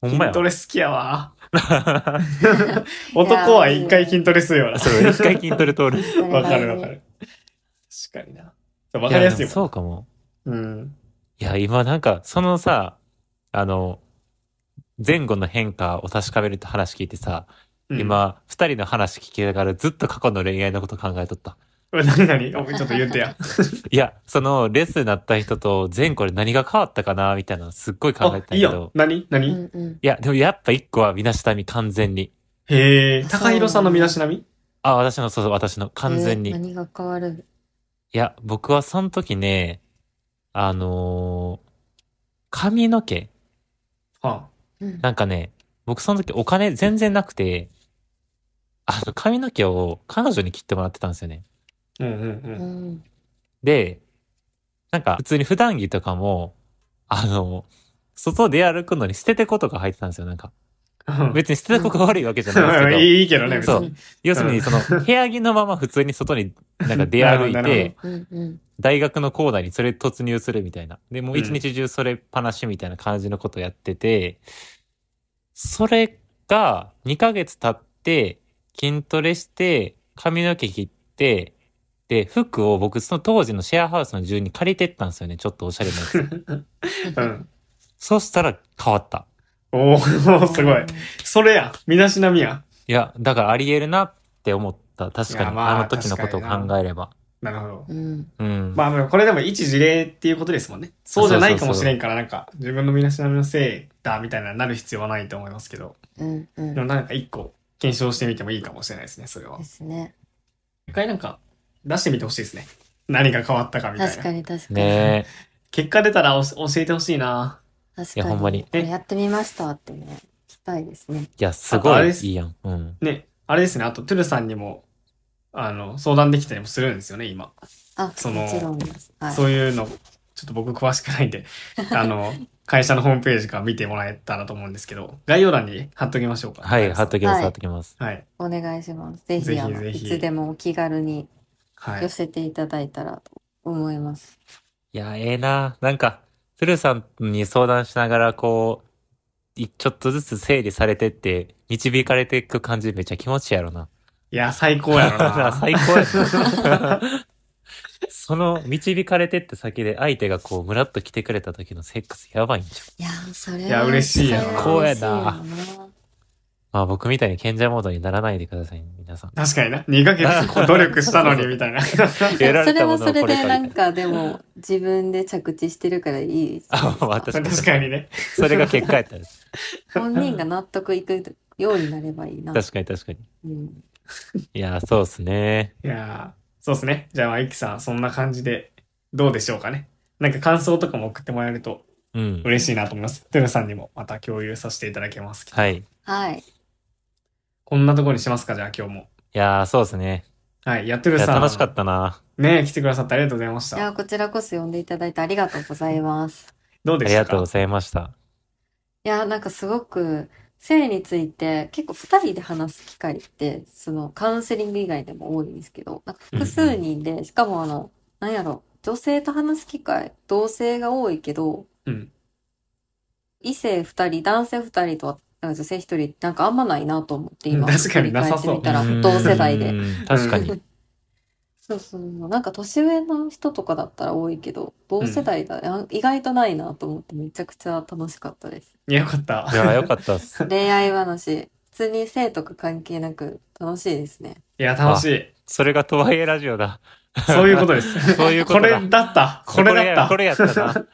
Speaker 1: ほんま
Speaker 2: 筋
Speaker 1: や。
Speaker 2: トレ好き やわ。
Speaker 1: それ、
Speaker 2: 男は1回筋トレするよな。
Speaker 1: 一回筋トレ通る。
Speaker 3: 確
Speaker 2: わ
Speaker 3: かに。
Speaker 2: かるわ
Speaker 3: あ
Speaker 2: か
Speaker 3: れがね
Speaker 2: る。確かにな。そう わかりやすい
Speaker 1: やでも
Speaker 2: もん。
Speaker 1: そうかも。
Speaker 2: うん。
Speaker 1: いや、今なんか、そのさ、あの、前後の変化を確かめるって話聞いてさ、
Speaker 2: うん。
Speaker 1: 今、二人の話聞きながらずっと過去の恋愛のこと考えとった。
Speaker 2: 何 何おちょっと言ってや。
Speaker 1: いや、その、レスになった人と前後で何が変わったかな、みたいなのすっごい考え
Speaker 2: あ
Speaker 1: て、たん
Speaker 2: いい
Speaker 1: やけ
Speaker 2: よ
Speaker 1: ど。。
Speaker 2: 何
Speaker 3: う
Speaker 2: 何
Speaker 3: んうん。
Speaker 1: いや、でもやっぱ一個は身だしなみ完全に。
Speaker 2: へえ、高弘さんの身だしなみ
Speaker 1: あ、私の、そうそう、私の完全に。
Speaker 3: えー何が変わる
Speaker 1: いや、僕はその時ね、あのー髪の毛。
Speaker 2: は
Speaker 3: うん
Speaker 1: なんかね、僕その時お金全然なくて、あの髪の毛を彼女に切ってもらってたんですよね。
Speaker 2: あ、うんうんうん
Speaker 3: う。ん。
Speaker 1: で、なんか普通に普段着とかも、あの、外で歩くのに捨ててことが入ってたんですよ、なんか。別に捨ててこが悪いわけじゃない ですけど、
Speaker 2: いいけどね、別
Speaker 1: そう
Speaker 2: に。
Speaker 1: 要するにその部屋着のまま普通に外になんか出歩い
Speaker 2: なるほどなる
Speaker 1: て
Speaker 2: ほ、
Speaker 3: うんうん。
Speaker 1: 大学の校内にそれ突入するみたいな。で、もう一
Speaker 2: うん
Speaker 1: 日中それっぱなしみたいな感じのことやってて、それが2ヶ月経って、筋トレして、髪の毛切って、で、服を僕その当時のシェアハウスの住人に借りてったんですよね。ちょっとおしゃれなやつ。
Speaker 2: うん。
Speaker 1: そしたら変わった。
Speaker 2: おお すごい。それや、身だしなみや。
Speaker 1: いや、だからあり得るなって思った。確
Speaker 2: い
Speaker 1: か
Speaker 2: や
Speaker 1: に、
Speaker 2: まあ
Speaker 1: あの時のことを
Speaker 2: 確かにな
Speaker 1: 考えれば。
Speaker 2: なるほど
Speaker 3: う。ん。
Speaker 1: うん。
Speaker 2: まあでも、これでも一事例っていうことですもんね。そうじゃないかもしれんから、なんか、自分の身だしなみのせいだ、みたいななる必要はないと思いますけど。
Speaker 3: うんうん。
Speaker 2: でもなんか一個、検証してみてもいいかもしれないですね、それは
Speaker 3: で。すね。
Speaker 2: 一回なんか、出してみてほしいですね。何が変わったかみたい
Speaker 3: 確か
Speaker 2: な。
Speaker 3: に確かに。
Speaker 1: ねえ。
Speaker 2: 結果出たらおし教えてほしいな。
Speaker 3: 確
Speaker 1: いや
Speaker 3: か
Speaker 1: ほんまに
Speaker 3: これやってみましたってね、聞きたいですね。
Speaker 1: いや、す
Speaker 2: あと
Speaker 1: ご
Speaker 2: あ
Speaker 1: い
Speaker 2: れ
Speaker 1: い
Speaker 2: です
Speaker 1: いやん。うん。
Speaker 2: ね、あれですね、あと、トゥルさんにも、あの、相談できたりもするんですよね、今。
Speaker 3: あ、
Speaker 2: その
Speaker 3: もちろんです。はい。
Speaker 2: そういうの、ちょっと僕詳しくないんで、 あの、会社のホームページから見てもらえたらと思うんですけど、概要欄に貼っときましょうか。
Speaker 1: はい、貼っときます、
Speaker 3: はい
Speaker 1: 貼っときます。
Speaker 2: はい。
Speaker 3: お願いします。ぜひ、
Speaker 2: ぜひ
Speaker 3: あの、
Speaker 2: ぜひ
Speaker 3: いつでもお気軽に
Speaker 2: は
Speaker 3: 寄
Speaker 2: い。
Speaker 3: せていただいたらと思います。
Speaker 1: いや、ええな。なんか、鶴さんに相談しながら、こう、いちょっとずつ整理されてって、導かれていく感じめっちゃ気持ちいいやろな。
Speaker 2: いや、最高やろ な。
Speaker 1: 最高やな。 その、導かれてって先で相手がこう、ムラっと来てくれた時のセックスやばいんちゃう
Speaker 3: いやー、それ
Speaker 2: いや
Speaker 3: は
Speaker 2: 嬉しいやろな
Speaker 3: それは嬉し
Speaker 1: まあ僕みたいに賢者モードにならないでくださ い、皆さん。
Speaker 2: 確かにな。2ヶ月こう努力したのに、みたいな。
Speaker 3: い
Speaker 1: 得
Speaker 3: や
Speaker 1: られ
Speaker 3: それ
Speaker 1: たもの
Speaker 3: はそ
Speaker 1: を
Speaker 3: れ
Speaker 1: これ
Speaker 3: で、
Speaker 1: か
Speaker 3: な
Speaker 1: ら
Speaker 3: んか、でも、自分で着地してるからいいじゃないです
Speaker 1: あまあ
Speaker 3: か。
Speaker 1: 確
Speaker 2: 確かにね。
Speaker 1: それが結果やったら。
Speaker 3: 本人が納得いくようになればいいな。
Speaker 1: 確かに確かに。
Speaker 3: うん。
Speaker 1: いや、そうっすね。
Speaker 2: いやーそうですね。じゃあまあ、ゆきさん、そんな感じで、どうでしょうかね。なんか感想とかも送ってもらえると
Speaker 1: うん。
Speaker 2: 嬉しいなと思います。テルさんにもまた共有させていただけますけど。
Speaker 1: はい。い
Speaker 3: はい。
Speaker 2: こんなところにしますか、じゃあ今日も。
Speaker 1: や、そうっすね。
Speaker 2: はい。や、テル
Speaker 1: いや、
Speaker 2: さん。
Speaker 1: 楽しかったな。
Speaker 2: ね来てくださってありがとうございまし
Speaker 3: いや
Speaker 2: た。
Speaker 3: ー、こちらこそ呼んでいただいてありがとうございます。
Speaker 2: どう
Speaker 1: あ
Speaker 2: でし
Speaker 1: り
Speaker 2: た
Speaker 1: が
Speaker 2: か
Speaker 1: とうございました。
Speaker 3: いいや、なんかすごく、性について結構2人で話す機会って、そのカウンセリング以外でも多いんですけど、なんか複数人で、しかもあの、なんやろ、女性と話す機会、同性が多いけど、
Speaker 2: うん。
Speaker 3: 異性2人、男性2人とは、なんか女性1人ってなんかあんまないなと思って今、
Speaker 2: 確かになさそう
Speaker 3: 振り返ってみ
Speaker 1: うん
Speaker 3: たら、同世代で。
Speaker 1: 確かに。
Speaker 3: そうそう、なんか年上の人とかだったら多いけど、同世代だ、あ意外とないなと思ってめちゃくちゃ楽しかったです。
Speaker 2: いや、よかった。
Speaker 1: いや、よかったっす。
Speaker 3: 恋愛話、普通に性とか関係なく楽しいです ね。
Speaker 2: いや、楽しい。
Speaker 1: それがとはいえラジオだ。
Speaker 2: そういうことです。
Speaker 1: そういうこ
Speaker 2: こと
Speaker 1: だ
Speaker 2: れだった。これだった。
Speaker 1: これやこれやったな。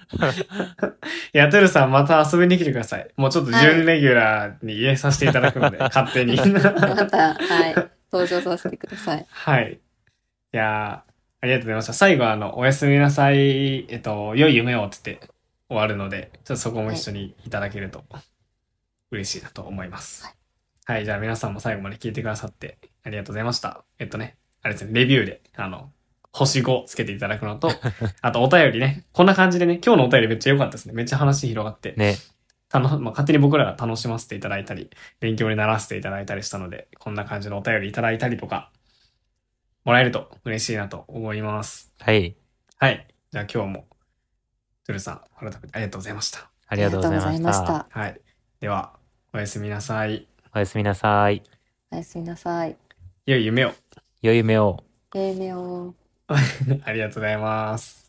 Speaker 2: いや、てるさんまた遊びに来てください。もうちょっと
Speaker 3: はい
Speaker 2: 準レギュラーに入れさせていただく ので、勝手に。
Speaker 3: また、はい、登場させてください。
Speaker 2: はい。いやーありがとうございました。最後は、あの、おやすみなさい、えっと、良い夢をって言って終わるので、ちょっとそこも一緒にいただけると嬉しいなと思います。はい、じゃあ皆さんも最後まで聞いてくださってありがとうございました。えっとね、あれですね、レビューで、あの、星5つけていただく のと、あとお便りね、こんな感じでね、今日のお便りめっちゃ良かったですね。めっちゃ話広がって、
Speaker 1: ね。
Speaker 2: たの、まあ、勝手に僕らが楽しませていただいたり、勉強にならせていただいたりしたので、こんな感じのお便りいただいたりとか、もらえると嬉しいなと思います。
Speaker 1: はい。
Speaker 2: はい。じゃあ今日も、トゥルさん、改めてありがとうございました。
Speaker 1: ありがとうござい
Speaker 3: あ
Speaker 1: ま
Speaker 3: り
Speaker 1: し。
Speaker 3: がとうございましたた。
Speaker 2: はい。では、おやすみなさい。
Speaker 1: おやすみなさい。
Speaker 3: おやすみなさい。
Speaker 2: 良い夢を。
Speaker 1: 良い夢を。
Speaker 3: ええねを。
Speaker 2: ありがとうございます。